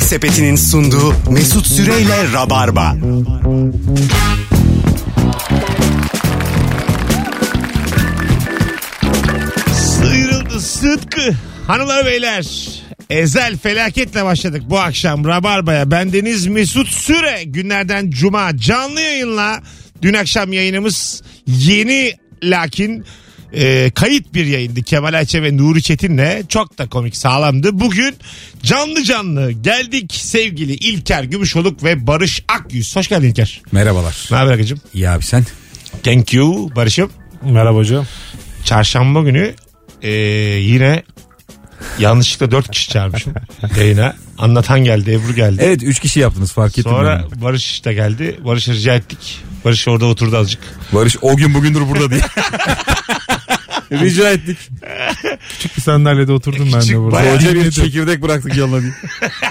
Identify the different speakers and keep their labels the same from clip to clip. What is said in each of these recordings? Speaker 1: Sepeti'nin sunduğu Mesut Süreyle Rabarba.
Speaker 2: Sıyrıldı Sıtkı. Hanımlar beyler. Ezel felaketle başladık bu akşam Rabarba'ya. Bendeniz Mesut Süre günlerden cuma canlı yayınla. Dün akşam yayınımız yeni lakin e, kayıt bir yayındı. Kemal Ayça ve Nuri Çetin'le çok da komik sağlamdı. Bugün canlı canlı geldik sevgili İlker Gümüşoluk ve Barış Akyüz. Hoş geldin İlker.
Speaker 3: Merhabalar.
Speaker 2: Ne haber Akıcım?
Speaker 3: İyi abi sen?
Speaker 2: Thank you Barış'ım.
Speaker 4: Merhaba hocam.
Speaker 2: çarşamba günü e, yine yanlışlıkla dört kişi çağırmışım yayına. Anlatan geldi, Ebru geldi.
Speaker 3: Evet 3 kişi yaptınız fark ettim.
Speaker 2: Sonra
Speaker 3: ben.
Speaker 2: Barış da geldi. Barış'ı rica ettik. Barış orada oturdu azıcık.
Speaker 3: Barış o gün bugündür burada diye. Rica ettik.
Speaker 4: Küçük bir sandalyede oturdum ben
Speaker 2: E, Küçük
Speaker 4: de burada.
Speaker 2: bayağı.
Speaker 3: Koca bir şey-
Speaker 4: Dinledim.
Speaker 3: çekirdek bıraktık yanına diye.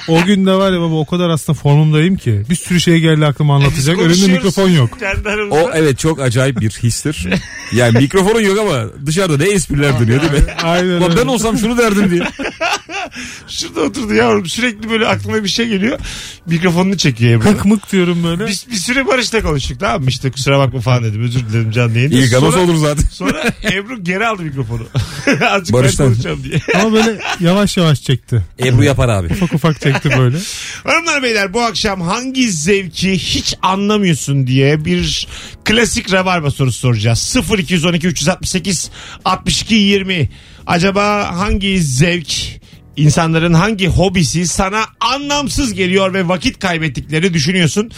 Speaker 4: O gün de var ya baba o kadar aslında formumdayım ki. Bir sürü şey geldi aklıma anlatacak. Önümde
Speaker 2: E, Konuşuyoruz
Speaker 4: mikrofon yok.
Speaker 2: kendi aramızda.
Speaker 3: O evet çok acayip bir histir. Yani mikrofonun yok ama dışarıda ne espriler dönüyor değil mi?
Speaker 4: Aynen
Speaker 3: Ulan
Speaker 4: öyle.
Speaker 3: ben olsam şunu derdim diye.
Speaker 2: Şurada oturdu yavrum. Sürekli böyle aklına bir şey geliyor. Mikrofonunu çekiyor Ebru.
Speaker 4: Kık mık diyorum böyle.
Speaker 2: Biz bir süre Barış'la konuştuk tamam mı? İşte kusura bakma falan dedim. Özür dilerim canlı yayında.
Speaker 3: İlk anons
Speaker 2: sonra,
Speaker 3: olur zaten.
Speaker 2: sonra Ebru geri aldı mikrofonu. Azıcık
Speaker 3: Barış'tan.
Speaker 2: ben konuşacağım diye.
Speaker 4: Ama böyle yavaş yavaş çekti.
Speaker 3: Ebru yapar abi.
Speaker 4: Ufak ufak çekti böyle.
Speaker 2: Hanımlar beyler bu akşam hangi zevki hiç anlamıyorsun diye bir klasik rabarba sorusu soracağız. 0212 368 62 20. Acaba hangi zevk insanların hangi hobisi sana anlamsız geliyor ve vakit kaybettikleri düşünüyorsun?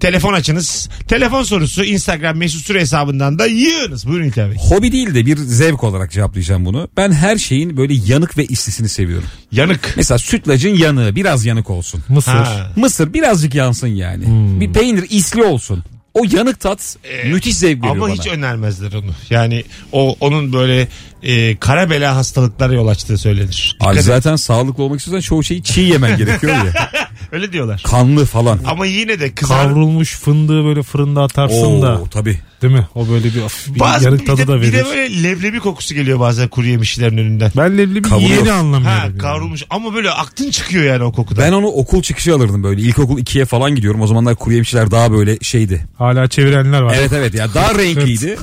Speaker 2: Telefon açınız. Telefon sorusu Instagram mesut süre hesabından da yığınız. Buyurun İlker Bey.
Speaker 3: Hobi değil de bir zevk olarak cevaplayacağım bunu. Ben her şeyin böyle yanık ve islisini seviyorum.
Speaker 2: Yanık.
Speaker 3: Mesela sütlacın yanığı biraz yanık olsun.
Speaker 4: Mısır.
Speaker 2: Ha.
Speaker 3: Mısır birazcık yansın yani.
Speaker 4: Hmm.
Speaker 3: Bir peynir isli olsun. O yanık tat müthiş zevk veriyor
Speaker 2: Ee, Ama
Speaker 3: bana.
Speaker 2: hiç önermezler onu. Yani o onun böyle e, kara bela hastalıklara yol açtığı söylenir. Dikkat
Speaker 3: Abi
Speaker 2: et.
Speaker 3: zaten sağlıklı olmak istiyorsan çoğu şeyi çiğ yemen gerekiyor ya.
Speaker 2: Öyle diyorlar.
Speaker 3: Kanlı falan.
Speaker 2: Ama yine de kızar.
Speaker 4: Kavrulmuş fındığı böyle fırında atarsın da.
Speaker 3: Oo tabii.
Speaker 4: Değil mi? O böyle bir, of, bir
Speaker 2: Bazı,
Speaker 4: yarık
Speaker 2: bir,
Speaker 4: tadı
Speaker 2: de,
Speaker 4: da
Speaker 2: bir
Speaker 4: verir.
Speaker 2: de böyle leblebi kokusu geliyor bazen kuru yemişlerin önünden.
Speaker 4: Ben leblebi
Speaker 3: Kavuruyor.
Speaker 4: yeni anlamıyorum.
Speaker 2: Ha
Speaker 4: yani.
Speaker 2: kavrulmuş ama böyle aklın çıkıyor yani o kokudan.
Speaker 3: Ben onu okul çıkışı alırdım böyle. İlkokul 2'ye falan gidiyorum. O zamanlar kuru yemişler daha böyle şeydi.
Speaker 4: Hala çevirenler var.
Speaker 3: Evet evet ya daha renkliydi.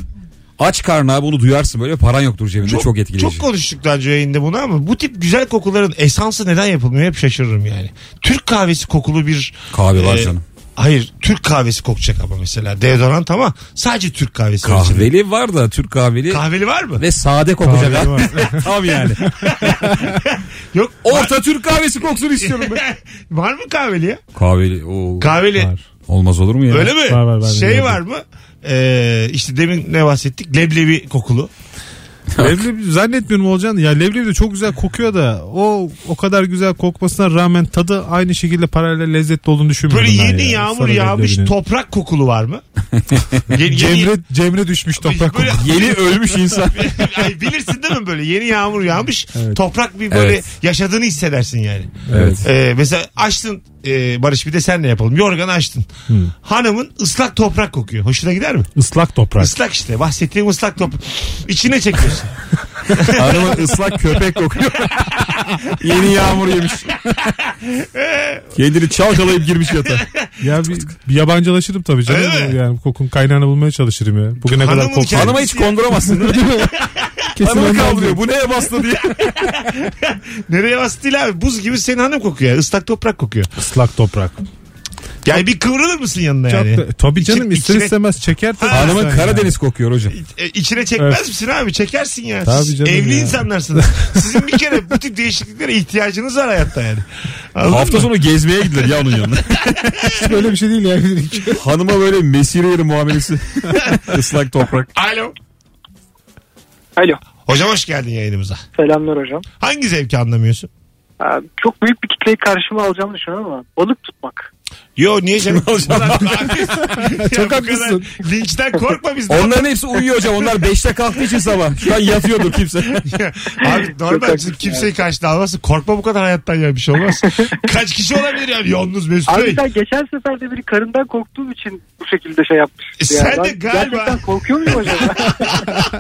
Speaker 3: Aç karnına bunu duyarsın böyle paran yoktur cebinde çok, şey. etkileyici.
Speaker 2: Çok konuştuk daha önce yayında bunu ama bu tip güzel kokuların esansı neden yapılmıyor hep şaşırırım yani. Türk kahvesi kokulu bir...
Speaker 3: Kahve var
Speaker 2: e,
Speaker 3: canım.
Speaker 2: Hayır Türk kahvesi kokacak ama mesela deodorant ama sadece Türk kahvesi. var içinde.
Speaker 3: Kahveli var da Türk kahveli
Speaker 2: Kahveli var mı?
Speaker 3: ve sade kokacak.
Speaker 4: Kahveli var.
Speaker 3: Tam yani.
Speaker 2: Yok.
Speaker 3: Orta Türk kahvesi koksun istiyorum ben.
Speaker 2: var mı kahveli ya?
Speaker 3: Kahveli. oo.
Speaker 2: Kahveli.
Speaker 4: Var.
Speaker 3: Olmaz olur mu ya?
Speaker 2: Öyle mi?
Speaker 4: Var, var, var.
Speaker 2: şey
Speaker 4: Gördüm.
Speaker 2: var mı? Ee, işte demin ne bahsettik? Leblebi kokulu.
Speaker 4: Leblebi zannetmiyorum olacağını. Ya leblebi de çok güzel kokuyor da o o kadar güzel kokmasına rağmen tadı aynı şekilde paralel lezzetli olduğunu düşünmüyorum.
Speaker 2: Böyle
Speaker 4: ben
Speaker 2: yeni
Speaker 4: ya.
Speaker 2: yağmur
Speaker 4: Sarı
Speaker 2: yağmış
Speaker 4: leblebinin.
Speaker 2: toprak kokulu var mı? yeni, yeni-
Speaker 4: Cemre, Cemre düşmüş toprak
Speaker 2: Böyle-
Speaker 4: kokusu.
Speaker 3: Yeni ölmüş insan.
Speaker 2: Ay, bilirsin değil mi böyle yeni yağmur yağmış toprak bir böyle
Speaker 3: Evet.
Speaker 2: yaşadığını hissedersin yani.
Speaker 3: evet.
Speaker 2: Ee, mesela açtın e, Barış bir de senle yapalım yorganı açtın. Hanımın ıslak toprak kokuyor. Hoşuna gider mi?
Speaker 4: Islak toprak.
Speaker 2: Islak işte bahsettiğim ıslak toprak. İçine çekiyorsun.
Speaker 3: Arama ıslak köpek kokuyor. Yeni yağmur yemiş. Kendini çalkalayıp girmiş yatağa.
Speaker 4: Ya bir, bir yabancılaşırım tabii canım.
Speaker 2: Öyle mi?
Speaker 4: Yani kokun kaynağını bulmaya çalışırım ya. Bugüne
Speaker 2: Hanımın
Speaker 4: kadar kokmadım.
Speaker 2: kendisi-
Speaker 3: Hanıma hiç konduramazsın. değil mi?
Speaker 4: Kesin
Speaker 3: Hanımı
Speaker 4: ondan
Speaker 3: kaldırıyor.
Speaker 4: diyor.
Speaker 3: Bu neye bastı diye.
Speaker 2: Nereye bastı değil abi buz gibi senin hanım kokuyor. yani, ıslak toprak kokuyor.
Speaker 4: Islak toprak.
Speaker 2: Yani bir kıvrılır mısın yanına
Speaker 4: Çok
Speaker 2: yani?
Speaker 4: da- tabii
Speaker 2: İçine-
Speaker 4: canım ister
Speaker 2: içine-
Speaker 4: istemez çeker tabii.
Speaker 3: Hanımın
Speaker 4: insan
Speaker 3: Karadeniz kokuyor hocam.
Speaker 2: E, içine çekmez
Speaker 4: Evet.
Speaker 2: misin abi? Çekersin ya.
Speaker 4: Tabii
Speaker 2: Siz
Speaker 4: canım
Speaker 2: evli
Speaker 4: ya.
Speaker 2: insanlarsınız. Sizin bir kere bu tip değişikliklere ihtiyacınız var hayatta yani. Anladın
Speaker 3: Hafta
Speaker 2: mı?
Speaker 3: sonu gezmeye gidilir ya onun yanına.
Speaker 4: yani. Hiç böyle bir şey değil yani.
Speaker 3: Hanıma böyle mesire yeri muamelesi. Islak toprak.
Speaker 2: Alo.
Speaker 5: Alo.
Speaker 2: Hocam hoş geldin yayınımıza.
Speaker 5: Selamlar hocam.
Speaker 2: Hangi zevki anlamıyorsun?
Speaker 5: Ee, çok büyük bir kitleyi karşıma alacağımı düşünüyorum ama balık tutmak.
Speaker 2: Yo niye canım? Ulan Fatih, ya
Speaker 4: Çok
Speaker 2: bu kadar
Speaker 4: haklısın.
Speaker 2: Linçten korkma bizden.
Speaker 3: Onların hepsi uyuyor hocam. Onlar 5'te kalktığı için sabah. Şu an yatıyordur kimse.
Speaker 2: Abi normal
Speaker 5: haklısın
Speaker 2: siz kimseyi karşına almasın. Korkma bu kadar hayattan ya bir şey olmaz. Kaç kişi olabilir yani yalnız Mesut Bey?
Speaker 5: Abi ben geçen sefer de bir karından korktuğum için bu şekilde şey yapmış.
Speaker 2: E sen de galiba-
Speaker 5: Gerçekten korkuyor muyum acaba?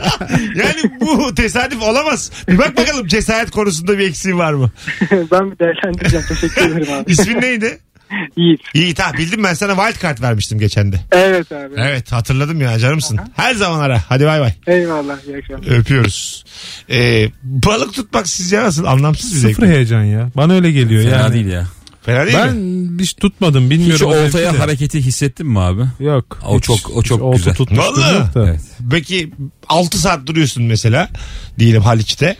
Speaker 2: Yani bu tesadüf olamaz. Bir bak bakalım cesaret konusunda bir eksiği var mı?
Speaker 5: ben bir değerlendireceğim. Teşekkür ederim abi.
Speaker 2: İsmin neydi?
Speaker 5: İyi.
Speaker 2: İyi tamam bildim ben sana wild card vermiştim geçen de.
Speaker 5: Evet abi.
Speaker 2: Evet hatırladım ya canımsın. Her zaman ara. Hadi bay bay.
Speaker 5: Eyvallah. iyi akşamlar.
Speaker 2: Öpüyoruz. Ee, balık tutmak sizce nasıl? Anlamsız bir zevk.
Speaker 4: Sıfır
Speaker 2: mi?
Speaker 4: heyecan ya. Bana öyle geliyor
Speaker 3: Fena
Speaker 4: yani.
Speaker 3: değil ya.
Speaker 2: Fena değil
Speaker 4: ben
Speaker 2: mi?
Speaker 4: hiç tutmadım
Speaker 3: Hiç
Speaker 4: bilmiyorum.
Speaker 3: o
Speaker 4: o zevki
Speaker 3: oltaya
Speaker 4: de.
Speaker 3: hareketi hissettin mi abi?
Speaker 4: Yok.
Speaker 3: O çok- o çok güzel.
Speaker 4: tutmuştum
Speaker 2: Vallahi.
Speaker 4: yok da.
Speaker 3: Evet.
Speaker 2: Peki 6 saat duruyorsun mesela diyelim Haliç'te.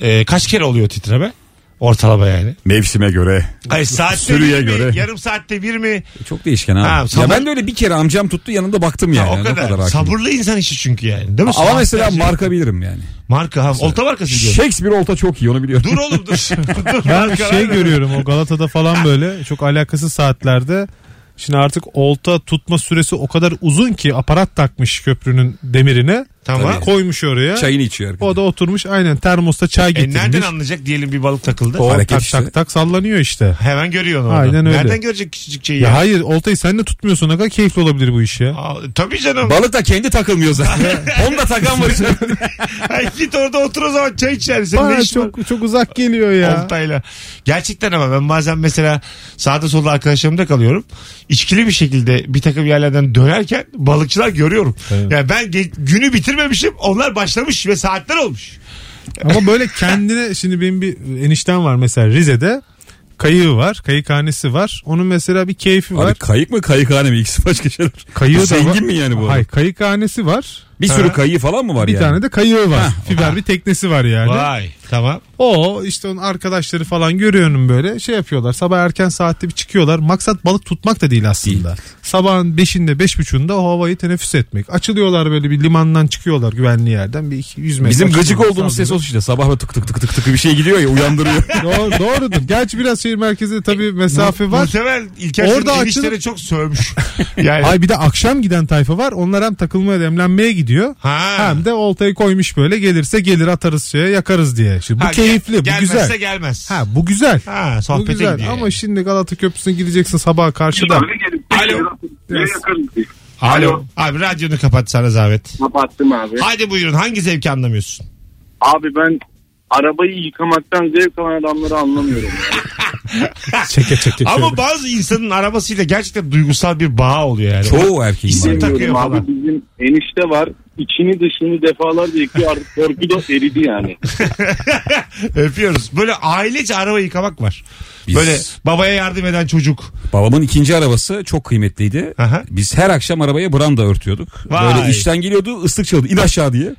Speaker 2: Ee, kaç kere oluyor titreme? Ortalama yani.
Speaker 3: Mevsime göre.
Speaker 2: Hayır saatte
Speaker 3: Sürüye
Speaker 2: bir mi?
Speaker 3: göre.
Speaker 2: Yarım saatte bir mi?
Speaker 3: Çok değişken abi.
Speaker 2: Ha, sabır-
Speaker 3: Ya ben de öyle bir kere amcam tuttu yanında baktım
Speaker 2: Ya
Speaker 3: yani.
Speaker 2: o kadar.
Speaker 3: hakim.
Speaker 2: Sabırlı insan işi çünkü yani. Değil mi?
Speaker 3: Ama mesela
Speaker 2: Saatlerce-
Speaker 3: marka bilirim yani.
Speaker 2: Marka ha. Olta markası diyor.
Speaker 3: Shakespeare olta çok iyi onu biliyorum.
Speaker 2: Dur oğlum dur. dur
Speaker 4: Ben
Speaker 2: markalar
Speaker 4: şey
Speaker 2: ne?
Speaker 4: görüyorum o Galata'da falan böyle çok alakasız saatlerde. Şimdi artık olta tutma süresi o kadar uzun ki aparat takmış köprünün demirine.
Speaker 2: Tamam.
Speaker 4: Koymuş oraya.
Speaker 3: Çayını içiyor.
Speaker 4: O da oturmuş aynen termosta çay
Speaker 2: E,
Speaker 4: getirmiş.
Speaker 2: nereden anlayacak diyelim bir balık takıldı.
Speaker 4: O
Speaker 3: Hareket
Speaker 4: tak
Speaker 3: işte.
Speaker 4: tak tak sallanıyor işte.
Speaker 2: Hemen görüyor onu. oradan.
Speaker 4: Aynen öyle.
Speaker 2: Nereden görecek küçücük şeyi
Speaker 4: Ya,
Speaker 2: ya?
Speaker 4: hayır oltayı sen de tutmuyorsun ne kadar keyifli olabilir bu iş ya.
Speaker 2: Aa, tabii canım.
Speaker 3: Balık da kendi takılmıyor zaten. Onu da takan var içeride.
Speaker 2: Ay, git orada otur o zaman çay içer. Senin ne
Speaker 4: Bana
Speaker 2: işin var?
Speaker 4: çok çok uzak geliyor ya.
Speaker 2: Oltayla. Gerçekten ama ben bazen mesela sağda solda arkadaşlarımda kalıyorum. İçkili bir şekilde bir takım yerlerden dönerken balıkçılar görüyorum.
Speaker 4: Evet.
Speaker 2: Yani ben ge- günü bitirmemişim. Onlar başlamış ve saatler olmuş.
Speaker 4: Ama böyle kendine şimdi benim bir eniştem var mesela Rize'de. Kayığı var, kayıkhanesi var. Onun mesela bir keyfi var.
Speaker 3: Abi kayık mı kayıkhane mi? İkisi başka şeyler.
Speaker 4: Kayığı da
Speaker 3: Zengin
Speaker 4: var.
Speaker 3: mi yani bu?
Speaker 4: Hayır, kayıkhanesi var.
Speaker 3: Bir sürü kayığı falan mı var
Speaker 4: Bir
Speaker 3: yani?
Speaker 4: tane de kayığı var. Fiber bir teknesi var yani.
Speaker 2: Vay tamam.
Speaker 4: O işte onun arkadaşları falan görüyorum böyle şey yapıyorlar. Sabah erken saatte bir çıkıyorlar. Maksat balık tutmak da değil aslında. Sabahın 5'inde 5.30'da o havayı teneffüs etmek. Açılıyorlar böyle bir limandan çıkıyorlar güvenli yerden bir şey 200 metre.
Speaker 3: Bizim gıcık
Speaker 4: açılıyorlar,
Speaker 3: olduğumuz ses
Speaker 4: sallıyorlar.
Speaker 3: o işte. Sabah böyle tık tık tık tık tık bir şey gidiyor ya uyandırıyor.
Speaker 4: Doğru, doğrudur. Gerçi biraz şehir merkezinde
Speaker 3: E,
Speaker 4: tabii mesafe var.
Speaker 2: Muhtemel İlker
Speaker 4: Orada
Speaker 2: Orada
Speaker 4: açılır-
Speaker 2: enişlere çok sövmüş. Yani.
Speaker 4: Ay bir de akşam giden tayfa var. Onlar hem takılmaya demlenmeye gidiyor.
Speaker 2: Ha.
Speaker 4: Hem de oltayı koymuş böyle gelirse gelir atarız şeye yakarız diye. Şimdi bu
Speaker 2: Ha,
Speaker 4: keyifli
Speaker 2: gel-
Speaker 4: bu güzel.
Speaker 2: Gelmezse gelmez.
Speaker 4: Ha bu güzel.
Speaker 2: Ha,
Speaker 4: bu
Speaker 2: sohbete
Speaker 4: güzel.
Speaker 2: gidiyor.
Speaker 4: Ama
Speaker 2: yani.
Speaker 4: şimdi Galata Köprüsü'ne gideceksin sabah karşıda.
Speaker 2: Alo.
Speaker 5: Alo.
Speaker 2: Alo. Abi radyonu kapat sana zahmet.
Speaker 5: Kapattım abi.
Speaker 2: Hadi buyurun hangi zevki anlamıyorsun?
Speaker 5: Abi ben arabayı yıkamaktan zevk alan adamları anlamıyorum.
Speaker 4: çeke çeke.
Speaker 2: Ama bazı insanın arabasıyla gerçekten duygusal bir bağ oluyor yani.
Speaker 3: Çoğu erkeğin var.
Speaker 2: İsim- takıyor
Speaker 5: Bilmiyorum abi
Speaker 2: falan.
Speaker 5: bizim enişte var. İçini dışını defalarca yıkıyor artık korku da eridi yani.
Speaker 2: Öpüyoruz. Böyle ailece araba yıkamak var.
Speaker 3: Biz-
Speaker 2: Böyle babaya yardım eden çocuk.
Speaker 3: Babamın ikinci arabası çok kıymetliydi.
Speaker 2: Aha.
Speaker 3: Biz her akşam arabaya branda örtüyorduk.
Speaker 2: Vay.
Speaker 3: Böyle işten geliyordu ıslık çalıyordu in aşağı diye.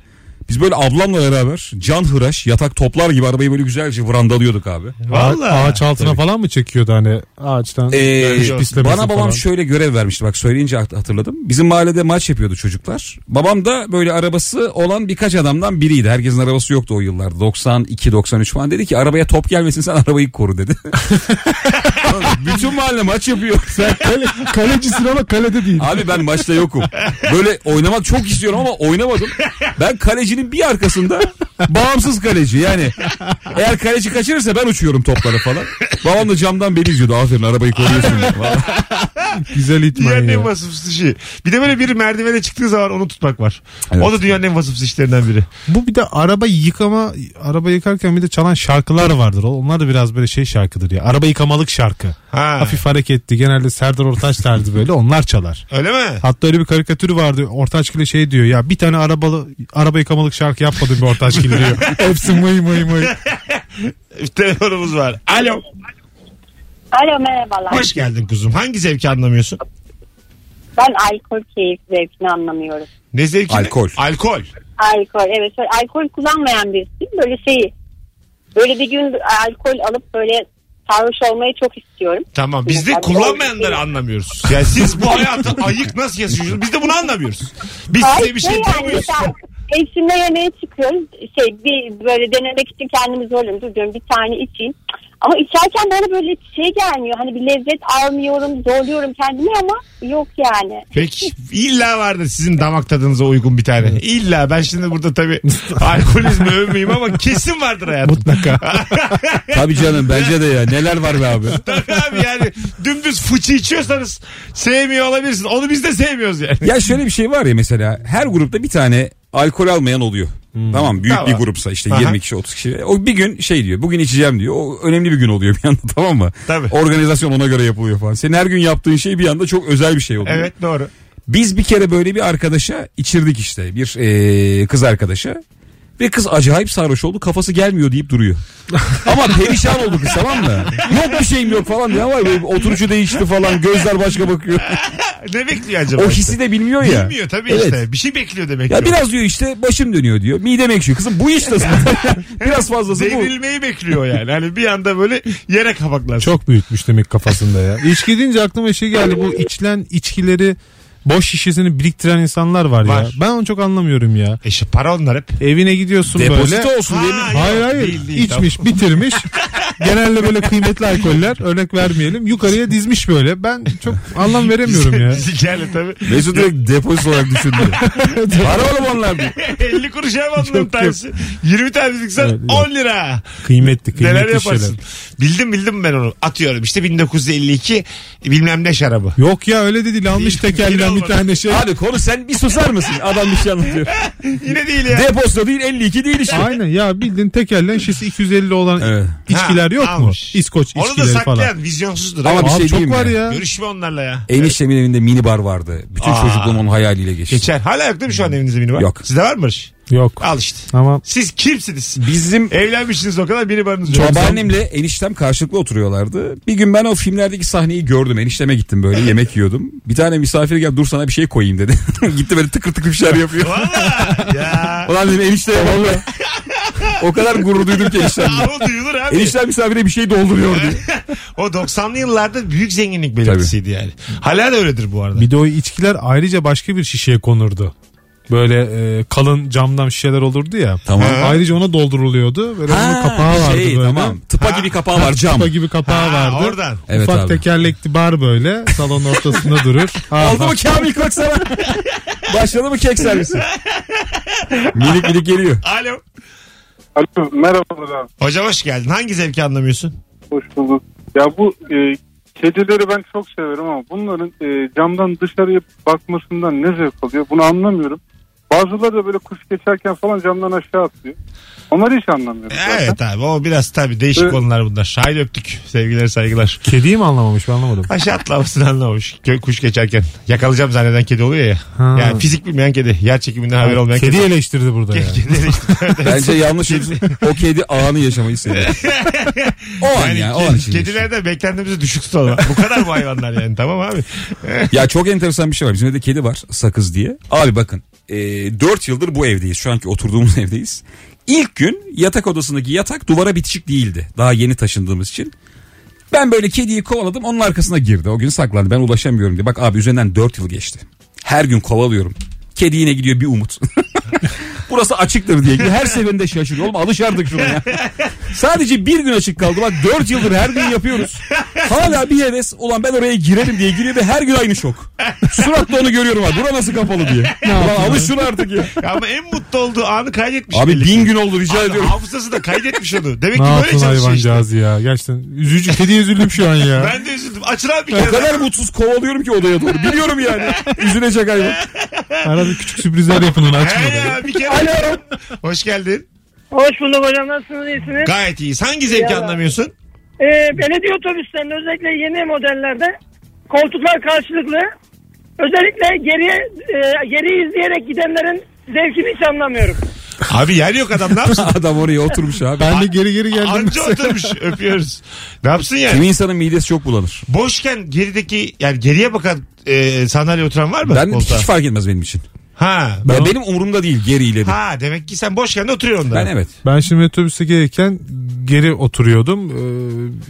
Speaker 3: Biz böyle ablamla beraber can hıraş yatak toplar gibi arabayı böyle güzelce brandalıyorduk abi.
Speaker 2: Vallahi.
Speaker 4: Ağaç altına falan mı çekiyordu hani ağaçtan?
Speaker 3: Ee,
Speaker 4: Hiç pislemesin
Speaker 3: bana babam
Speaker 4: falan.
Speaker 3: şöyle görev vermişti bak söyleyince hat- hatırladım. Bizim mahallede maç yapıyordu çocuklar. Babam da böyle arabası olan birkaç adamdan biriydi. Herkesin arabası yoktu o yıllarda. 92 93 falan dedi ki arabaya top gelmesin sen arabayı koru dedi. Bütün mahalle maç yapıyor.
Speaker 4: Sen kale, kalecisin ama kalede değil.
Speaker 3: Abi ben maçta yokum. Böyle oynamak çok istiyorum ama oynamadım. Ben kalecinin bir arkasında bağımsız kaleci yani. Eğer kaleci kaçırırsa ben uçuyorum topları falan. Babam da camdan beni izliyordu. Aferin arabayı koruyorsun. diye. Vallahi.
Speaker 4: Güzel
Speaker 2: Dünyanın
Speaker 4: itman
Speaker 2: en
Speaker 4: ya.
Speaker 2: vasıfsız işi. Bir de böyle biri merdivene çıktığı zaman onu tutmak var.
Speaker 3: Evet.
Speaker 2: O da dünyanın en vasıfsız işlerinden biri.
Speaker 4: Bu bir de araba yıkama araba yıkarken bir de çalan şarkılar vardır. Onlar da biraz böyle şey şarkıdır ya. Araba yıkamalık şarkı.
Speaker 2: Ha.
Speaker 4: Hafif hareketli. Genelde Serdar Ortaç tarzı böyle onlar çalar.
Speaker 2: Öyle mi?
Speaker 4: Hatta öyle bir karikatürü vardı. Ortaçgil'e şey diyor ya bir tane arabalı araba yıkamalık şarkı yapmadım bir Ortaçgil diyor. Hepsi mıy mıy mıy.
Speaker 2: Telefonumuz var. Alo.
Speaker 6: Alo merhabalar.
Speaker 2: Hoş geldin kuzum. Hangi zevki anlamıyorsun?
Speaker 6: Ben alkol keyif zevkini anlamıyorum.
Speaker 2: Ne zevki?
Speaker 3: Alkol.
Speaker 2: Alkol.
Speaker 6: Alkol evet şöyle alkol kullanmayan birisiyim. Böyle şey böyle bir gün alkol alıp böyle sarhoş olmayı çok istiyorum.
Speaker 2: Tamam. Biz de
Speaker 6: Alkol
Speaker 2: kullanmayanları
Speaker 6: değil.
Speaker 2: anlamıyoruz. Yani siz bu hayatı ayık nasıl yaşıyorsunuz? Biz de bunu anlamıyoruz. Biz size
Speaker 6: Hayır,
Speaker 2: bir şey
Speaker 6: yani
Speaker 2: demiyoruz.
Speaker 6: ben Eşimle yemeğe çıkıyoruz. Şey bir böyle denemek için kendimi zorluyorum. Dur diyorum bir tane içeyim. Ama içerken bana böyle şey gelmiyor. Hani bir lezzet almıyorum, zorluyorum kendimi ama yok yani.
Speaker 2: Peki illa vardı sizin damak tadınıza uygun bir tane. İlla ben şimdi burada tabii alkolizmi övmeyeyim ama kesin vardır hayatım.
Speaker 4: Mutlaka.
Speaker 3: Tabii canım bence de ya. Neler var be abi.
Speaker 2: Tabii abi yani dümdüz fıçı içiyorsanız sevmiyor olabilirsin. Onu biz de sevmiyoruz yani.
Speaker 3: Ya şöyle bir şey var ya mesela her grupta bir tane alkol almayan oluyor. Tamam
Speaker 2: Hmm.
Speaker 3: büyük
Speaker 2: Tamam.
Speaker 3: bir grupsa işte
Speaker 2: Aha.
Speaker 3: 20 kişi 30 kişi. O bir gün şey diyor bugün içeceğim diyor. O önemli bir gün oluyor bir anda tamam mı?
Speaker 2: Tabii.
Speaker 3: Organizasyon ona göre yapılıyor falan. Senin her gün yaptığın şey bir anda çok özel bir şey oluyor.
Speaker 2: Evet doğru.
Speaker 3: Biz bir kere böyle bir arkadaşa içirdik işte bir eee, kız arkadaşa. Ve kız acayip sarhoş oldu kafası gelmiyor deyip duruyor. Ama perişan oldu kız tamam mı? Yok bir şeyim yok falan ne var böyle oturuşu değişti falan gözler başka bakıyor.
Speaker 2: Ne bekliyor acaba?
Speaker 3: O
Speaker 2: işte?
Speaker 3: hissi de bilmiyor ya.
Speaker 2: Bilmiyor tabii
Speaker 3: Evet.
Speaker 2: işte. Bir şey bekliyor demek ki.
Speaker 3: Ya
Speaker 2: o.
Speaker 3: biraz diyor işte başım dönüyor diyor. Midem ekşiyor. Kızım bu işte zaten. biraz fazlası bu.
Speaker 2: Devrilmeyi bekliyor yani. Hani bir anda böyle yere kapaklansın.
Speaker 4: Çok büyütmüş demek kafasında ya. İçki deyince aklıma şey geldi. Bu içilen içkileri boş şişesini biriktiren insanlar var, ya.
Speaker 2: Var.
Speaker 4: Ben onu çok anlamıyorum ya.
Speaker 2: E işte para onlar hep.
Speaker 4: Evine gidiyorsun böyle.
Speaker 3: Depozito olsun diye.
Speaker 2: Ha,
Speaker 3: mi?
Speaker 4: Hayır
Speaker 2: yok,
Speaker 4: hayır.
Speaker 2: değil, değil,
Speaker 4: İçmiş, bitirmiş. Genelde böyle kıymetli alkoller örnek vermeyelim. Yukarıya dizmiş böyle. Ben çok anlam veremiyorum ya.
Speaker 2: Zikerle tabii.
Speaker 3: Mesut direkt depozito olarak düşündü. Para oğlum onlar diyor.
Speaker 2: 50 kuruş yapmadın tanesi. 20 tane diksen
Speaker 4: Evet,
Speaker 2: 10 lira.
Speaker 4: Kıymetli kıymetli
Speaker 2: Neler yaparsın?
Speaker 4: şeyler.
Speaker 2: Bildim bildim ben onu. Atıyorum işte 1952 e, bilmem ne şarabı.
Speaker 4: Yok ya öyle de değil. Almış
Speaker 2: Değil, değil
Speaker 4: tekelden bir
Speaker 2: olmadı.
Speaker 4: tane şey.
Speaker 3: Abi konu sen bir susar mısın? Adam bir şey anlatıyor.
Speaker 2: Yine değil ya.
Speaker 3: Depozito değil 52 değil işte.
Speaker 4: Aynen ya bildin tekelden şişesi 250 olan
Speaker 3: Evet.
Speaker 4: içkiler
Speaker 2: Ha,
Speaker 4: yok
Speaker 2: almış.
Speaker 4: mu? İskoç
Speaker 2: Onu da
Speaker 4: içkileri
Speaker 2: saklayan
Speaker 4: falan.
Speaker 2: vizyonsuzdur.
Speaker 3: Ama
Speaker 2: Ama
Speaker 3: bir
Speaker 4: Abi
Speaker 3: şey
Speaker 4: çok
Speaker 3: diyeyim
Speaker 4: var
Speaker 3: mi?
Speaker 4: ya.
Speaker 2: Görüşme onlarla ya.
Speaker 3: Eniştemin evinde mini bar vardı. Bütün
Speaker 2: Aa.
Speaker 3: çocukluğum onun hayaliyle geçti.
Speaker 2: Geçer. Hala yok değil mi şu an evinizde minibar?
Speaker 3: Yok.
Speaker 2: Sizde var mı Barış?
Speaker 4: Yok.
Speaker 2: Al işte.
Speaker 4: Ama
Speaker 2: Siz kimsiniz?
Speaker 3: Bizim
Speaker 2: Evlenmişsiniz o kadar minibarınız yok.
Speaker 3: Babaannemle eniştem karşılıklı oturuyorlardı. Bir gün ben o filmlerdeki sahneyi gördüm. Enişteme gittim böyle yemek yiyordum. Bir tane misafir geldi dur sana bir şey koyayım dedi. Gitti böyle tıkır tıkır bir şeyler yapıyor.
Speaker 2: Valla ya.
Speaker 3: Ulan dedim enişteye vallahi. o kadar gurur duydum ki eniştemle.
Speaker 2: Ama duyulur abi.
Speaker 3: Eniştem misafire bir şey dolduruyor diye.
Speaker 2: O 90'lı yıllarda büyük zenginlik belirtisiydi yani. Hala da öyledir bu arada.
Speaker 4: bir de o içkiler ayrıca başka bir şişeye konurdu. Böyle e, kalın camdan şişeler olurdu ya.
Speaker 3: Tamam.
Speaker 4: Ayrıca ona dolduruluyordu. Böyle onun kapağı vardı
Speaker 3: şey,
Speaker 4: böyle.
Speaker 3: Tamam. Tıpa gibi kapağı var cam.
Speaker 4: Kupa gibi kapağı
Speaker 2: Ha,
Speaker 4: vardı.
Speaker 2: oradan.
Speaker 3: Evet
Speaker 4: Ufak
Speaker 3: abi.
Speaker 4: tekerlekli bar böyle salonun ortasında durur. Ha,
Speaker 3: Oldu mu
Speaker 4: bak,
Speaker 3: Kamil Koç sana? Başladı mı kek servisi? minik minik geliyor.
Speaker 2: Alo.
Speaker 5: Alo, merhabalar abi.
Speaker 2: Hocam hoş geldin. Hangi zevki anlamıyorsun?
Speaker 5: Hoş bulduk. Ya bu e, kedileri ben çok severim ama bunların e, camdan dışarıya bakmasından ne zevk alıyor bunu anlamıyorum. Bazıları da böyle kuş geçerken falan camdan aşağı atlıyor. Onları hiç anlamıyorum.
Speaker 2: Evet abi o biraz tabii değişik
Speaker 5: Evet.
Speaker 2: konular bunlar. Şahit öptük. Sevgiler saygılar.
Speaker 4: Kediyi mi anlamamış ben anlamadım.
Speaker 2: Aşağı atlamasını anlamamış. Kö- Kuş geçerken. Yakalayacağım zanneden kedi oluyor ya.
Speaker 4: Ha.
Speaker 2: Yani fizik bilmeyen kedi. Yer çekiminden haberi olmayan
Speaker 4: Kedi
Speaker 2: kedi.
Speaker 4: eleştirdi burada ya.
Speaker 2: Kedi
Speaker 3: Bence yanlış. o kedi anı yaşamayı seviyor. O an
Speaker 2: yani
Speaker 3: ya. O
Speaker 2: ke-
Speaker 3: an için.
Speaker 2: kedilerden beklentimizi düşük tutalım. Bu kadar mı hayvanlar yani tamam abi.
Speaker 3: Ya çok enteresan bir şey var. Bizim evde kedi var sakız diye. Abi bakın e, 4 yıldır bu evdeyiz. Şu anki oturduğumuz evdeyiz. İlk gün yatak odasındaki yatak duvara bitişik değildi. Daha yeni taşındığımız için. Ben böyle kediyi kovaladım onun arkasına girdi. O gün saklandı ben ulaşamıyorum diye. Bak abi üzerinden 4 yıl geçti. Her gün kovalıyorum. Kedi yine gidiyor bir umut. Burası açıktır diye. gidiyor. Her seferinde şaşırıyor. Oğlum alış artık şuna ya. Sadece bir gün açık kaldı. Bak 4 yıldır her gün yapıyoruz. Hala bir heves. Ulan ben oraya girerim diye giriyor ve her gün aynı şok. Suratla onu görüyorum abi. Bura nasıl kapalı diye. Ulan alış şuna artık ya.
Speaker 2: Ama en mutlu olduğu anı kaydetmiş.
Speaker 3: Abi
Speaker 2: belli
Speaker 3: bin
Speaker 2: ki.
Speaker 3: gün oldu rica
Speaker 2: Abi
Speaker 3: ediyorum.
Speaker 2: Hafızası da kaydetmiş onu. Demek
Speaker 4: Ne
Speaker 2: ki böyle
Speaker 4: yaptın
Speaker 2: çalışıyor işte.
Speaker 4: hayvancağız ya. Gerçekten üzücü. Kediye üzüldüm şu an ya.
Speaker 2: Ben de üzüldüm. Açın abi bir
Speaker 3: O
Speaker 2: kere. daha.
Speaker 3: kadar mutsuz kovalıyorum ki odaya doğru. Biliyorum yani. Üzülecek hayvan.
Speaker 4: Arada küçük sürprizler yapın onu açmadan.
Speaker 2: He ya bir kere. Alo. Hoş geldin.
Speaker 7: Hoş bulduk hocam nasılsınız iyisiniz?
Speaker 2: Gayet iyiyiz. Hangi zevki
Speaker 7: Ya.
Speaker 2: anlamıyorsun?
Speaker 7: Ee, belediye otobüslerinde özellikle yeni modellerde koltuklar karşılıklı. Özellikle geriye e, geriye izleyerek gidenlerin zevkini hiç anlamıyorum.
Speaker 2: Abi yer yok adam ne yapsın?
Speaker 3: Adam oraya oturmuş abi.
Speaker 4: Ben de geri geri geldim.
Speaker 2: Anca oturmuş öpüyoruz. Ne yapsın yani?
Speaker 3: Kimi insanın midesi çok bulanır.
Speaker 2: Boşken gerideki yani geriye bakan e, sandalye oturan var mı?
Speaker 3: Ben
Speaker 2: koltuğa?
Speaker 3: hiç fark etmez benim için.
Speaker 2: Ha.
Speaker 3: Ya benim umurumda değil geriyle. de.
Speaker 2: Ha demek ki sen boşken de oturuyorsun da.
Speaker 3: Ben evet.
Speaker 4: Ben şimdi otobüse gelirken geri oturuyordum.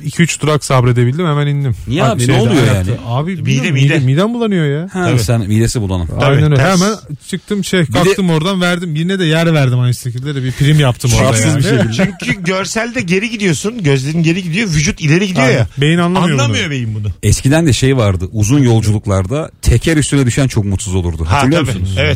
Speaker 4: 2-3 durak sabredebildim hemen indim.
Speaker 3: Niye
Speaker 4: Bak,
Speaker 3: abi? Ne
Speaker 4: şeyde,
Speaker 3: oluyor
Speaker 4: ayakta.
Speaker 3: yani?
Speaker 4: Abi
Speaker 2: Mide, mide.
Speaker 4: mide, mide. Midem bulanıyor ya.
Speaker 3: Ha,
Speaker 2: Tabii.
Speaker 3: sen midesi bulanın.
Speaker 4: Aynen öyle.
Speaker 2: ters.
Speaker 4: Hemen çıktım şey kalktım oradan verdim. Yine de yer verdim aynı şekilde de bir prim yaptım orada
Speaker 3: Şartsız
Speaker 4: yani.
Speaker 3: bir şekilde.
Speaker 2: Çünkü görselde geri gidiyorsun. Gözlerin geri gidiyor. Vücut ileri gidiyor
Speaker 4: Aynen.
Speaker 2: ya.
Speaker 4: Beyin anlamıyor bunu.
Speaker 2: beyin bunu.
Speaker 3: Eskiden de şey vardı. Uzun yolculuklarda teker üstüne düşen çok mutsuz olurdu.
Speaker 2: Ha
Speaker 3: Hatırlıyor
Speaker 2: tabii.
Speaker 3: musunuz?
Speaker 2: Evet.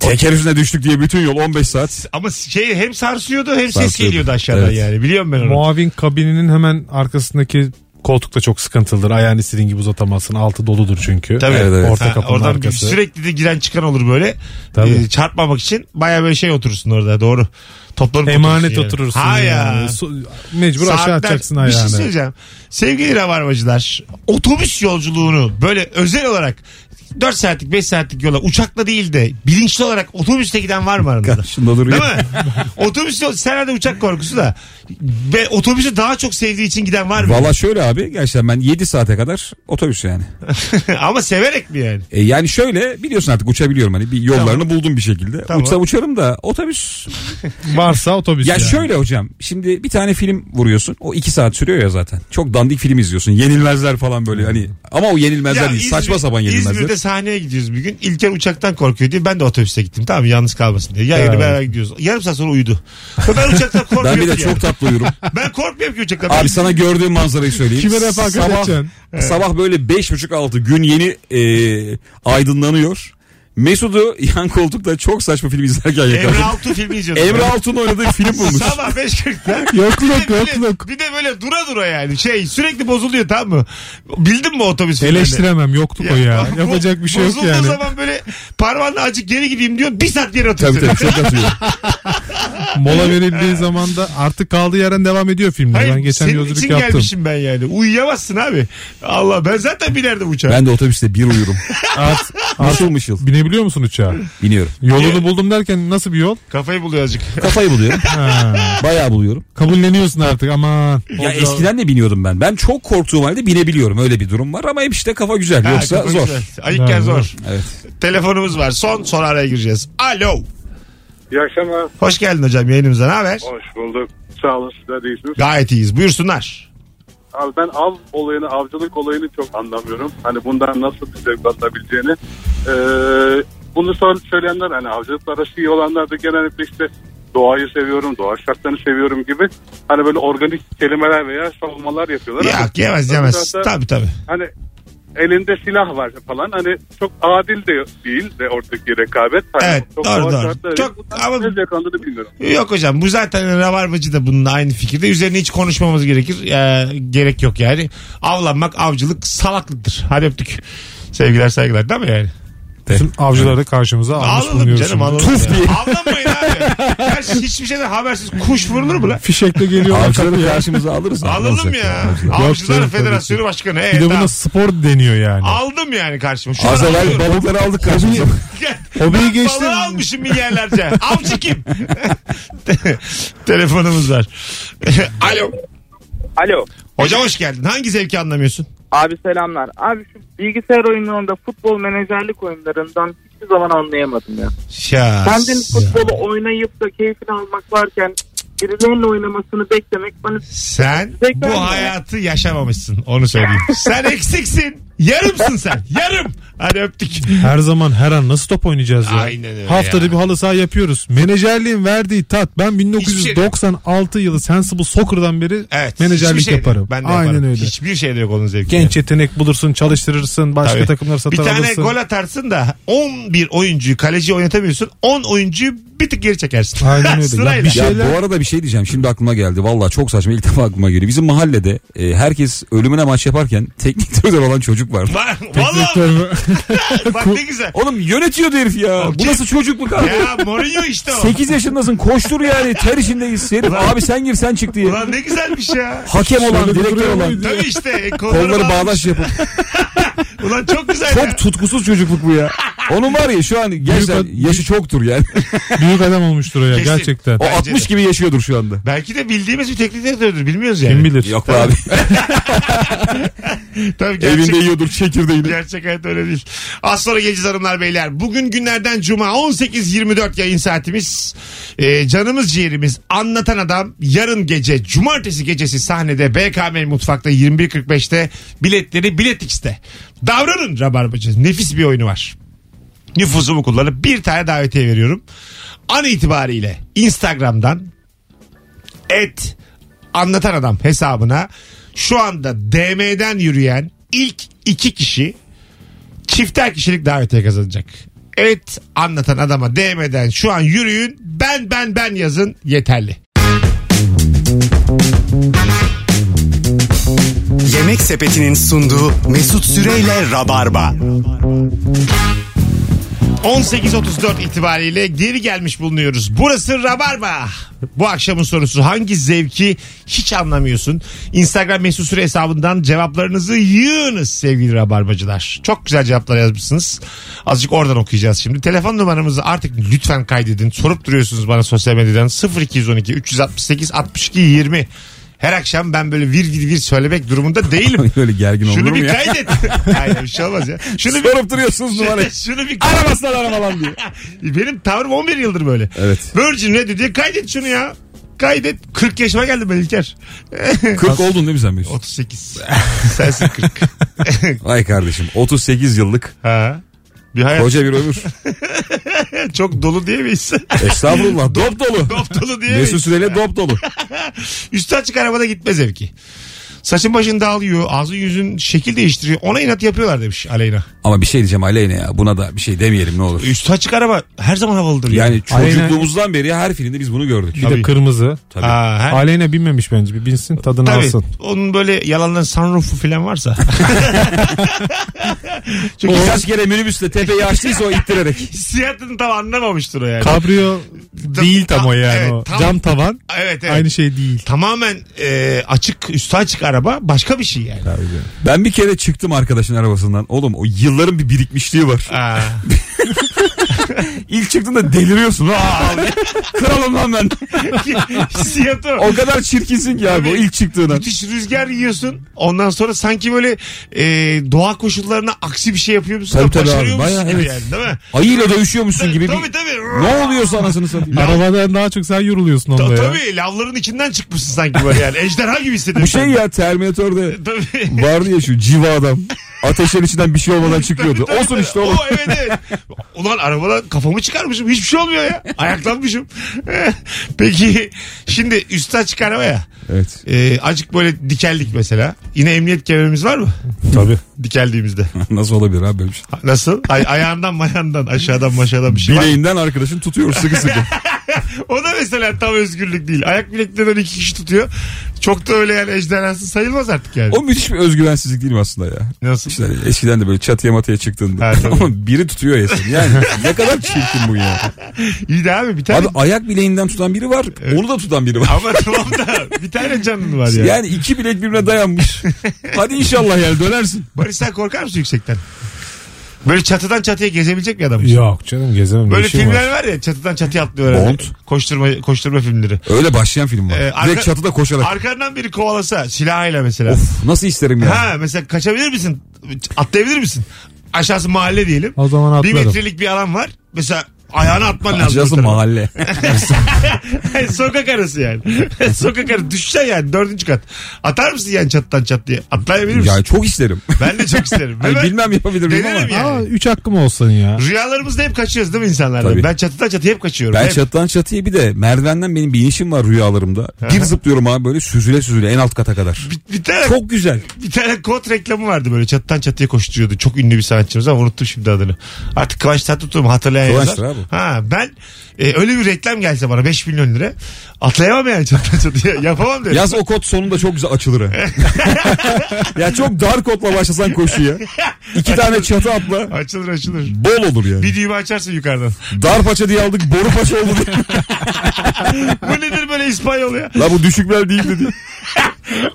Speaker 3: Teker üstüne düştük diye bütün yol 15 saat.
Speaker 2: Ama şey hem sarsıyordu hem ses
Speaker 3: Sarsıyordu.
Speaker 2: geliyordu aşağıdan
Speaker 3: Evet.
Speaker 2: yani. Biliyorum ben onu.
Speaker 4: Muavin kabininin hemen arkasındaki koltuk da çok sıkıntılıdır. Ayağını istediğin gibi uzatamazsın. Altı doludur çünkü.
Speaker 2: Tabii.
Speaker 3: Evet, evet.
Speaker 4: Orta kapının
Speaker 2: oradan
Speaker 4: arkası.
Speaker 2: sürekli de giren çıkan olur böyle.
Speaker 4: Tabii.
Speaker 2: Ee, çarpmamak için baya böyle şey oturursun orada doğru. Toplanıp
Speaker 4: Emanet
Speaker 2: yani.
Speaker 4: oturursun.
Speaker 2: Ha
Speaker 4: yani.
Speaker 2: ya.
Speaker 4: Su- Mecbur aşağı
Speaker 2: Saatler-
Speaker 4: atacaksın
Speaker 2: Bir şey
Speaker 4: ayağını.
Speaker 2: söyleyeceğim. Sevgili rabarbacılar otobüs yolculuğunu böyle özel olarak 4 saatlik 5 saatlik yola uçakla değil de bilinçli olarak otobüste giden var mı aranızda?
Speaker 3: Karşında duruyor.
Speaker 2: Değil mi? otobüs yol- sen herhalde uçak korkusu da ve otobüsü daha çok sevdiği için giden var mı?
Speaker 3: Valla şöyle abi gerçekten ben 7 saate kadar otobüs yani.
Speaker 2: Ama severek mi yani?
Speaker 3: E yani şöyle biliyorsun artık uçabiliyorum hani bir yollarını buldum bir şekilde.
Speaker 2: Tamam.
Speaker 3: Uçsam uçarım da otobüs.
Speaker 4: Varsa otobüs
Speaker 3: Ya
Speaker 4: yani.
Speaker 3: şöyle hocam şimdi bir tane film vuruyorsun o 2 saat sürüyor ya zaten. Çok dandik film izliyorsun yenilmezler falan böyle hani ama o yenilmezler değil saçma
Speaker 2: Hmm. İzmir-
Speaker 3: sapan yenilmezler.
Speaker 2: İzmir'de sahneye gidiyoruz bir gün. İlker uçaktan korkuyor diye ben de otobüste gittim. Tamam mı? yalnız kalmasın diye. Ya yürü
Speaker 4: Evet.
Speaker 2: beraber gidiyoruz. Yarım saat sonra uyudu. Ben uçaktan korkmuyorum
Speaker 3: Ben bir de
Speaker 2: ki yani.
Speaker 3: çok tatlı uyurum.
Speaker 2: Ben korkmuyorum ki uçaktan. Ben-
Speaker 3: Abi sana gördüğüm manzarayı söyleyeyim.
Speaker 4: Kime refakat
Speaker 3: sabah,
Speaker 4: edeceksin?
Speaker 3: sabah böyle beş buçuk altı gün yeni e, aydınlanıyor. Mesut'u yan koltukta çok saçma film izlerken
Speaker 2: Emre
Speaker 3: yakaladım.
Speaker 2: Altun filmi izliyordum.
Speaker 3: Emre Altun oynadığı film bulmuş.
Speaker 2: Sabah 5.40'da.
Speaker 4: Yokluk,
Speaker 2: Bir de böyle-
Speaker 4: yokluk.
Speaker 2: Bir de böyle dura dura yani. Şey sürekli bozuluyor tamam mı? Bildin mi otobüs filmlerini?
Speaker 4: Eleştiremem yokluk o ya.
Speaker 2: bo-
Speaker 4: Yapacak bir şey yok
Speaker 2: bozulduğu
Speaker 4: yani.
Speaker 2: zaman böyle parmağınla acık geri gideyim diyor. Bir saat geri
Speaker 3: Tabii
Speaker 2: atıyorsun.
Speaker 3: tabii çok atıyor.
Speaker 4: Mola verildiği zaman da artık kaldığı yerden devam ediyor filmler.
Speaker 2: Hayır,
Speaker 4: ben geçen
Speaker 2: senin
Speaker 4: yolculuk
Speaker 2: için
Speaker 4: yaptım.
Speaker 2: gelmişim ben yani. Uyuyamazsın abi. Allah ben zaten binerdim uçağa.
Speaker 3: Ben de otobüste bir uyurum.
Speaker 4: Art,
Speaker 3: Mışıl mışıl
Speaker 4: binebiliyor musun uçağa?
Speaker 3: biniyorum.
Speaker 4: Yolunu buldum derken nasıl bir yol?
Speaker 2: Kafayı buluyor azıcık.
Speaker 3: Kafayı buluyorum. Bayağı buluyorum.
Speaker 4: Kabulleniyorsun artık aman.
Speaker 3: Ya eskiden de biniyordum ben. Ben çok korktuğum halde binebiliyorum. Öyle bir durum var ama hep işte kafa güzel.
Speaker 2: Ha,
Speaker 3: Yoksa
Speaker 2: kafa
Speaker 3: zor.
Speaker 2: güzel. Ayıkken
Speaker 4: Ha,
Speaker 2: zor.
Speaker 3: Evet.
Speaker 2: Telefonumuz var. Son son araya gireceğiz. Alo.
Speaker 5: İyi akşamlar.
Speaker 2: Hoş geldin hocam yayınımıza. Ne haber?
Speaker 5: Hoş bulduk. Sağ olun sizler de iyisiniz.
Speaker 2: Gayet iyiyiz. Buyursunlar.
Speaker 5: Abi ben av olayını, avcılık olayını çok anlamıyorum. Hani bundan nasıl bir zevk alınabileceğini. Ee, bunu sor- söyleyenler hani avcılıkla arası iyi olanlar da genellikle işte doğayı seviyorum, doğa şartlarını seviyorum gibi hani böyle organik kelimeler veya savunmalar yapıyorlar. ama
Speaker 2: Yok yemez yemez.
Speaker 5: Zaten-
Speaker 2: Tabii tabii.
Speaker 5: hani elinde silah var falan hani çok adil de değil de oradaki rekabet. Hani
Speaker 2: Evet, doğru,
Speaker 5: doğal
Speaker 2: doğru.
Speaker 5: şartlar-
Speaker 2: Çok-
Speaker 5: Bundan
Speaker 2: ama-
Speaker 5: ne zevk alındığını bilmiyorum.
Speaker 2: Yok hocam bu zaten rabarbacı da bununla aynı fikirde. Üzerine hiç konuşmamız gerekir. Ee, gerek yok yani. Avlanmak avcılık salaklıktır. Hadi öptük. Sevgiler saygılar değil mi yani?
Speaker 4: Bütün avcıları da karşımıza almış
Speaker 2: Alalım
Speaker 4: bulunuyoruz.
Speaker 2: canım
Speaker 4: şimdi.
Speaker 2: alalım. Tuf diye. Avlanmayın abi. Her şey, hiçbir şeyden habersiz kuş vurulur mu lan?
Speaker 4: Fişekle geliyorlar
Speaker 3: Avcıları
Speaker 4: kapıya.
Speaker 3: karşımıza alırız.
Speaker 2: Alalım
Speaker 3: Olacak.
Speaker 2: ya.
Speaker 4: Yok
Speaker 2: Avcılar
Speaker 4: canım,
Speaker 2: Federasyonu Başkanı. Ee,
Speaker 4: Bir de
Speaker 2: tamam.
Speaker 4: buna spor deniyor yani.
Speaker 2: Aldım yani karşıma. Şu
Speaker 3: Az
Speaker 2: an
Speaker 3: evvel
Speaker 2: alıyorum.
Speaker 3: balıkları aldık karşımıza.
Speaker 4: Hobiyi
Speaker 2: Ben
Speaker 4: geçtim.
Speaker 2: balığı almışım milyarlarca. Avcı kim? Te- Telefonumuz var. Alo.
Speaker 8: Alo.
Speaker 2: Hocam hoş geldin. Hangi zevki anlamıyorsun?
Speaker 8: Abi selamlar. Abi şu bilgisayar oyunlarında futbol menajerlik oyunlarından hiçbir zaman anlayamadım ya.
Speaker 2: Ya.
Speaker 8: Kendin futbolu oynayıp da keyfini almak varken birilerinin oynamasını beklemek bana
Speaker 2: Sen
Speaker 8: Zevk
Speaker 2: bu
Speaker 8: vermiyor.
Speaker 2: hayatı yaşamamışsın. Onu söyleyeyim. sen eksiksin. Yarımsın sen. Yarım. Hadi öptük.
Speaker 4: Her zaman her an nasıl top oynayacağız ya?
Speaker 2: Aynen öyle
Speaker 4: Haftada
Speaker 2: ya.
Speaker 4: bir halı saha yapıyoruz. Menajerliğin verdiği tat. Ben 1996 yılı Sensible Soccer'dan beri
Speaker 2: Evet. hiçbir
Speaker 4: menajerlik
Speaker 2: şey de-
Speaker 4: yaparım.
Speaker 2: Ben de
Speaker 4: Aynen
Speaker 2: yaparım.
Speaker 4: öyle.
Speaker 2: Hiçbir şey de yok onun zevki.
Speaker 4: Genç yetenek bulursun, çalıştırırsın, başka
Speaker 2: Tabii.
Speaker 4: takımları
Speaker 2: Bir
Speaker 4: satar
Speaker 2: tane
Speaker 4: alırsın.
Speaker 2: gol atarsın da 11 oyuncuyu kaleci oynatamıyorsun. 10 oyuncuyu bir tık geri çekersin.
Speaker 4: Aynen öyle. Ya
Speaker 2: Sırayla.
Speaker 4: bir şey-
Speaker 3: Ya
Speaker 4: Şeyler-
Speaker 3: bu arada bir şey diyeceğim. Şimdi aklıma geldi. Vallahi çok saçma. ilk defa aklıma geliyor. Bizim mahallede e, herkes ölümüne maç yaparken teknik direktör olan çocuk vardı.
Speaker 2: Var- Vallahi bak ne güzel.
Speaker 3: Oğlum yönetiyordu herif ya. Bu
Speaker 2: Okey.
Speaker 3: nasıl çocukluk abi?
Speaker 2: Ya Mourinho işte o.
Speaker 3: 8 yaşındasın koştur yani ter içindeyiz herif. Abi sen gir sen çık diye.
Speaker 2: Ulan ne güzelmiş ya.
Speaker 3: Hakem olan direktör olan.
Speaker 2: Tabii işte.
Speaker 3: Kolları bağdaş yapıp.
Speaker 2: Ulan çok güzel ya.
Speaker 3: Çok tutkusuz çocukluk bu ya. Onun var ya şu an gençler
Speaker 4: Büyük-
Speaker 3: yaşı çoktur yani.
Speaker 4: Büyük adam olmuştur o ya
Speaker 2: Kesin.
Speaker 4: gerçekten.
Speaker 3: O
Speaker 2: Bence
Speaker 3: 60
Speaker 2: de.
Speaker 3: gibi yaşıyordur şu anda.
Speaker 2: Belki de bildiğimiz bir teknik direktördür. Bilmiyoruz yani.
Speaker 4: Kim bilir.
Speaker 3: Yok be abi.
Speaker 2: Tabii gerçek,
Speaker 3: Evinde yiyordur çekirdeğini.
Speaker 2: gerçek hayat öyle değil. Az sonra geleceğiz hanımlar beyler. Bugün günlerden cuma 18.24 yayın saatimiz. Ee, canımız ciğerimiz anlatan adam yarın gece cumartesi gecesi sahnede BKM Mutfak'ta 21.45'te biletleri Bilet X'te. Davranın Rabarbacı. Nefis bir oyunu var. nüfuzumu kullanıp bir tane davetiye veriyorum. An itibariyle Instagram'dan et anlatan adam hesabına şu anda DM'den yürüyen ilk iki kişi çifter kişilik davetiye kazanacak. Evet anlatan adama DM'den şu an yürüyün ben ben ben yazın yeterli.
Speaker 1: Yemek Sepeti'nin sunduğu Mesut Süreyle Rabarba.
Speaker 2: 18.34 itibariyle geri gelmiş bulunuyoruz. Burası Rabarba. Bu akşamın sorusu hangi zevki hiç anlamıyorsun? Instagram mesut süre hesabından cevaplarınızı yığınız sevgili Rabarbacılar. Çok güzel cevaplar yazmışsınız. Azıcık oradan okuyacağız şimdi. Telefon numaramızı artık lütfen kaydedin. Sorup duruyorsunuz bana sosyal medyadan 0212 368 62 20. Her akşam ben böyle vir vir vir söylemek durumunda değilim.
Speaker 3: Böyle gergin olur
Speaker 2: Şunu
Speaker 3: mu
Speaker 2: bir
Speaker 3: ya?
Speaker 2: kaydet. Hayır bir şey olmaz ya. Şunu bir,
Speaker 3: Sorup duruyorsunuz numarayı.
Speaker 2: şunu bir kaydet.
Speaker 3: Aramasınlar aramalan diye.
Speaker 2: Benim tavrım 11 yıldır böyle.
Speaker 3: Evet.
Speaker 2: Virgin ne diye kaydet şunu ya. Kaydet. 40 yaşıma geldim ben İlker.
Speaker 3: 40 oldun değil mi sen Mesut?
Speaker 2: 38. Sensin 40.
Speaker 3: Ay kardeşim 38 yıllık
Speaker 2: Ha. Bir hayat
Speaker 3: koca bir ömür.
Speaker 2: çok dolu diyemeyiz.
Speaker 3: Estağfurullah dop dolu.
Speaker 2: Dop dolu diyemeyiz.
Speaker 3: Mesut Süreyle dop dolu.
Speaker 2: Üstü açık arabada gitme zevki. Saçın başın dağılıyor. Ağzın yüzün şekil değiştiriyor. Ona inat yapıyorlar demiş Aleyna.
Speaker 3: Ama bir şey diyeceğim Aleyna ya buna da bir şey demeyelim ne olur.
Speaker 2: Üstü açık araba her zaman havalıdır. ya.
Speaker 3: Yani
Speaker 4: Aleyna-
Speaker 3: çocukluğumuzdan beri her filmde biz bunu gördük.
Speaker 4: Bir de kırmızı.
Speaker 3: Tabii.
Speaker 2: Ha, her-
Speaker 4: Aleyna binmemiş bence. Bir binsin tadını
Speaker 2: Tabii.
Speaker 4: alsın.
Speaker 2: Onun böyle yalanların sunroofu falan varsa. Çünkü
Speaker 3: Birkaç kere minibüsle tepeyi açtıysa o ittirerek.
Speaker 2: hissiyatını tam anlamamıştır o yani.
Speaker 4: Kabrio değil tam o yani.
Speaker 2: Evet,
Speaker 4: o.
Speaker 2: tam-
Speaker 4: Cam tavan
Speaker 2: Evet evet.
Speaker 4: aynı şey değil.
Speaker 2: Tamamen e, açık üstü açık araba başka bir şey yani.
Speaker 3: Ben bir kere çıktım arkadaşın arabasından. Oğlum o yılların bir birikmişliği var.
Speaker 2: Aa,
Speaker 3: İlk çıktığında deliriyorsun. Aa, abi. Kralım lan ben.
Speaker 2: hissiyatı o.
Speaker 3: O kadar çirkinsin ki abi o ilk çıktığına.
Speaker 2: Müthiş rüzgar yiyorsun. Ondan sonra sanki böyle e, doğa koşullarına aksi bir şey yapıyormuşsun
Speaker 3: Tabii
Speaker 2: da
Speaker 3: tabii abi.
Speaker 2: başarıyormuşsun
Speaker 3: Bayağı
Speaker 2: gibi
Speaker 3: evet.
Speaker 2: yani değil mi?
Speaker 3: Ayıyla dövüşüyormuşsun gibi
Speaker 2: tabii
Speaker 3: bir...
Speaker 2: tabii.
Speaker 3: Ne oluyorsa anasını satayım.
Speaker 4: Arabadan daha çok sen yoruluyorsun onda
Speaker 2: Ta-
Speaker 4: ya.
Speaker 2: tabii lavların içinden çıkmışsın sanki böyle yani. Ejderha gibi hissediyorsun.
Speaker 3: Bu şey ya Terminator'da
Speaker 2: Tabii.
Speaker 3: vardı ya şu civa adam. Ateşin içinden bir şey olmadan çıkıyordu.
Speaker 2: Tabii,
Speaker 3: Olsun
Speaker 2: tabii.
Speaker 3: işte oğlum.
Speaker 2: O, evet evet. Ulan arabadan kafamı çıkarmışım. Hiçbir şey olmuyor ya. Ayaklanmışım. Peki şimdi üstü açık araba ya.
Speaker 3: Evet.
Speaker 2: Ee, acık böyle dikeldik mesela. Yine emniyet kemerimiz var mı?
Speaker 3: Tabii.
Speaker 2: Dikeldiğimizde.
Speaker 3: Nasıl olabilir abi böyle bir şey?
Speaker 2: Nasıl? Ay, ayağından mayandan aşağıdan maşadan bir şey var.
Speaker 3: Bileğinden arkadaşın tutuyor sıkı sıkı.
Speaker 2: O da mesela tam özgürlük değil. Ayak bileklerinden iki kişi tutuyor. Çok da öyle yani ejderhası sayılmaz artık yani.
Speaker 3: o müthiş bir özgüvensizlik değil mi aslında ya?
Speaker 2: Nasıl?
Speaker 3: İşte hani eskiden de böyle çatıya matıya
Speaker 2: Ha,
Speaker 3: çıktığında.
Speaker 2: tabii.
Speaker 3: Ama biri tutuyor ya seni. Yani ne kadar çirkin bu ya.
Speaker 2: İyi de abi bir tane.
Speaker 3: Abi ayak bileğinden tutan biri var. Onu da tutan biri var.
Speaker 2: Ama tamam da bir tane canın var ya.
Speaker 3: Yani iki bilek birbirine dayanmış. Hadi inşallah yani dönersin.
Speaker 2: Barış sen korkar mısın yüksekten? Böyle çatıdan çatıya gezebilecek bir adam.
Speaker 4: Yok canım gezemem.
Speaker 2: Böyle
Speaker 4: bir şey
Speaker 2: filmler
Speaker 4: var.
Speaker 2: var. ya çatıdan çatıya atlıyorlar.
Speaker 3: Bond.
Speaker 2: Koşturma, koşturma filmleri.
Speaker 3: Öyle başlayan film var.
Speaker 2: Ee, arka-
Speaker 3: Direkt çatıda koşarak.
Speaker 2: Arkandan biri kovalasa silahıyla mesela.
Speaker 3: Of nasıl isterim ya.
Speaker 2: Ha mesela kaçabilir misin? Atlayabilir misin? Aşağısı mahalle diyelim.
Speaker 4: O zaman
Speaker 2: Bir
Speaker 4: atlarım.
Speaker 2: metrelik bir alan var. Mesela ayağını atman lazım.
Speaker 3: Acası
Speaker 2: bu tarafa.
Speaker 3: mahalle.
Speaker 2: Sokak arası yani. Sokak arası. Düşsen yani dördüncü kat. Atar mısın yani çattan çat diye? Atlayabilir misin?
Speaker 3: ya çok isterim.
Speaker 2: Ben de çok isterim.
Speaker 3: Hani
Speaker 2: Hemen
Speaker 3: bilmem yapabilir miyim ama.
Speaker 2: denerim yani.
Speaker 4: Aa, üç hakkım olsun ya.
Speaker 2: Rüyalarımızda hep kaçıyoruz değil mi insanlardan?
Speaker 3: Tabii.
Speaker 2: Ben çatıdan çatıya hep kaçıyorum.
Speaker 3: Ben
Speaker 2: hep.
Speaker 3: çatıdan çatıya bir de merdivenden benim bir inişim var rüyalarımda. Bir zıplıyorum abi böyle süzüle süzüle en alt kata kadar.
Speaker 2: bir, bir tane
Speaker 3: Çok güzel.
Speaker 2: bir tane kot reklamı vardı böyle çatıdan çatıya koşturuyordu. Çok ünlü bir sanatçımız ama unuttum şimdi adını. Artık Kıvanç Tatlıtuğ mu hatırlayan
Speaker 3: Kıvanç'tır
Speaker 2: yazar.
Speaker 3: abi.
Speaker 2: Ha, ben e, öyle bir reklam gelse bana 5 milyon lira atlayamam yani çatıdan çatıya. Yapamam derim.
Speaker 3: Yaz o kod sonunda çok güzel açılır. ha. ya çok dar kodla başlasan koşuya. İki tane çatı atla
Speaker 2: Açılır açılır.
Speaker 3: bol olur yani.
Speaker 2: Bir düğme açarsın yukarıdan.
Speaker 3: Dar paça diye aldık boru paça oldu diye.
Speaker 2: bu nedir böyle İspanyol ya?
Speaker 3: La bu düşükler değil dedi.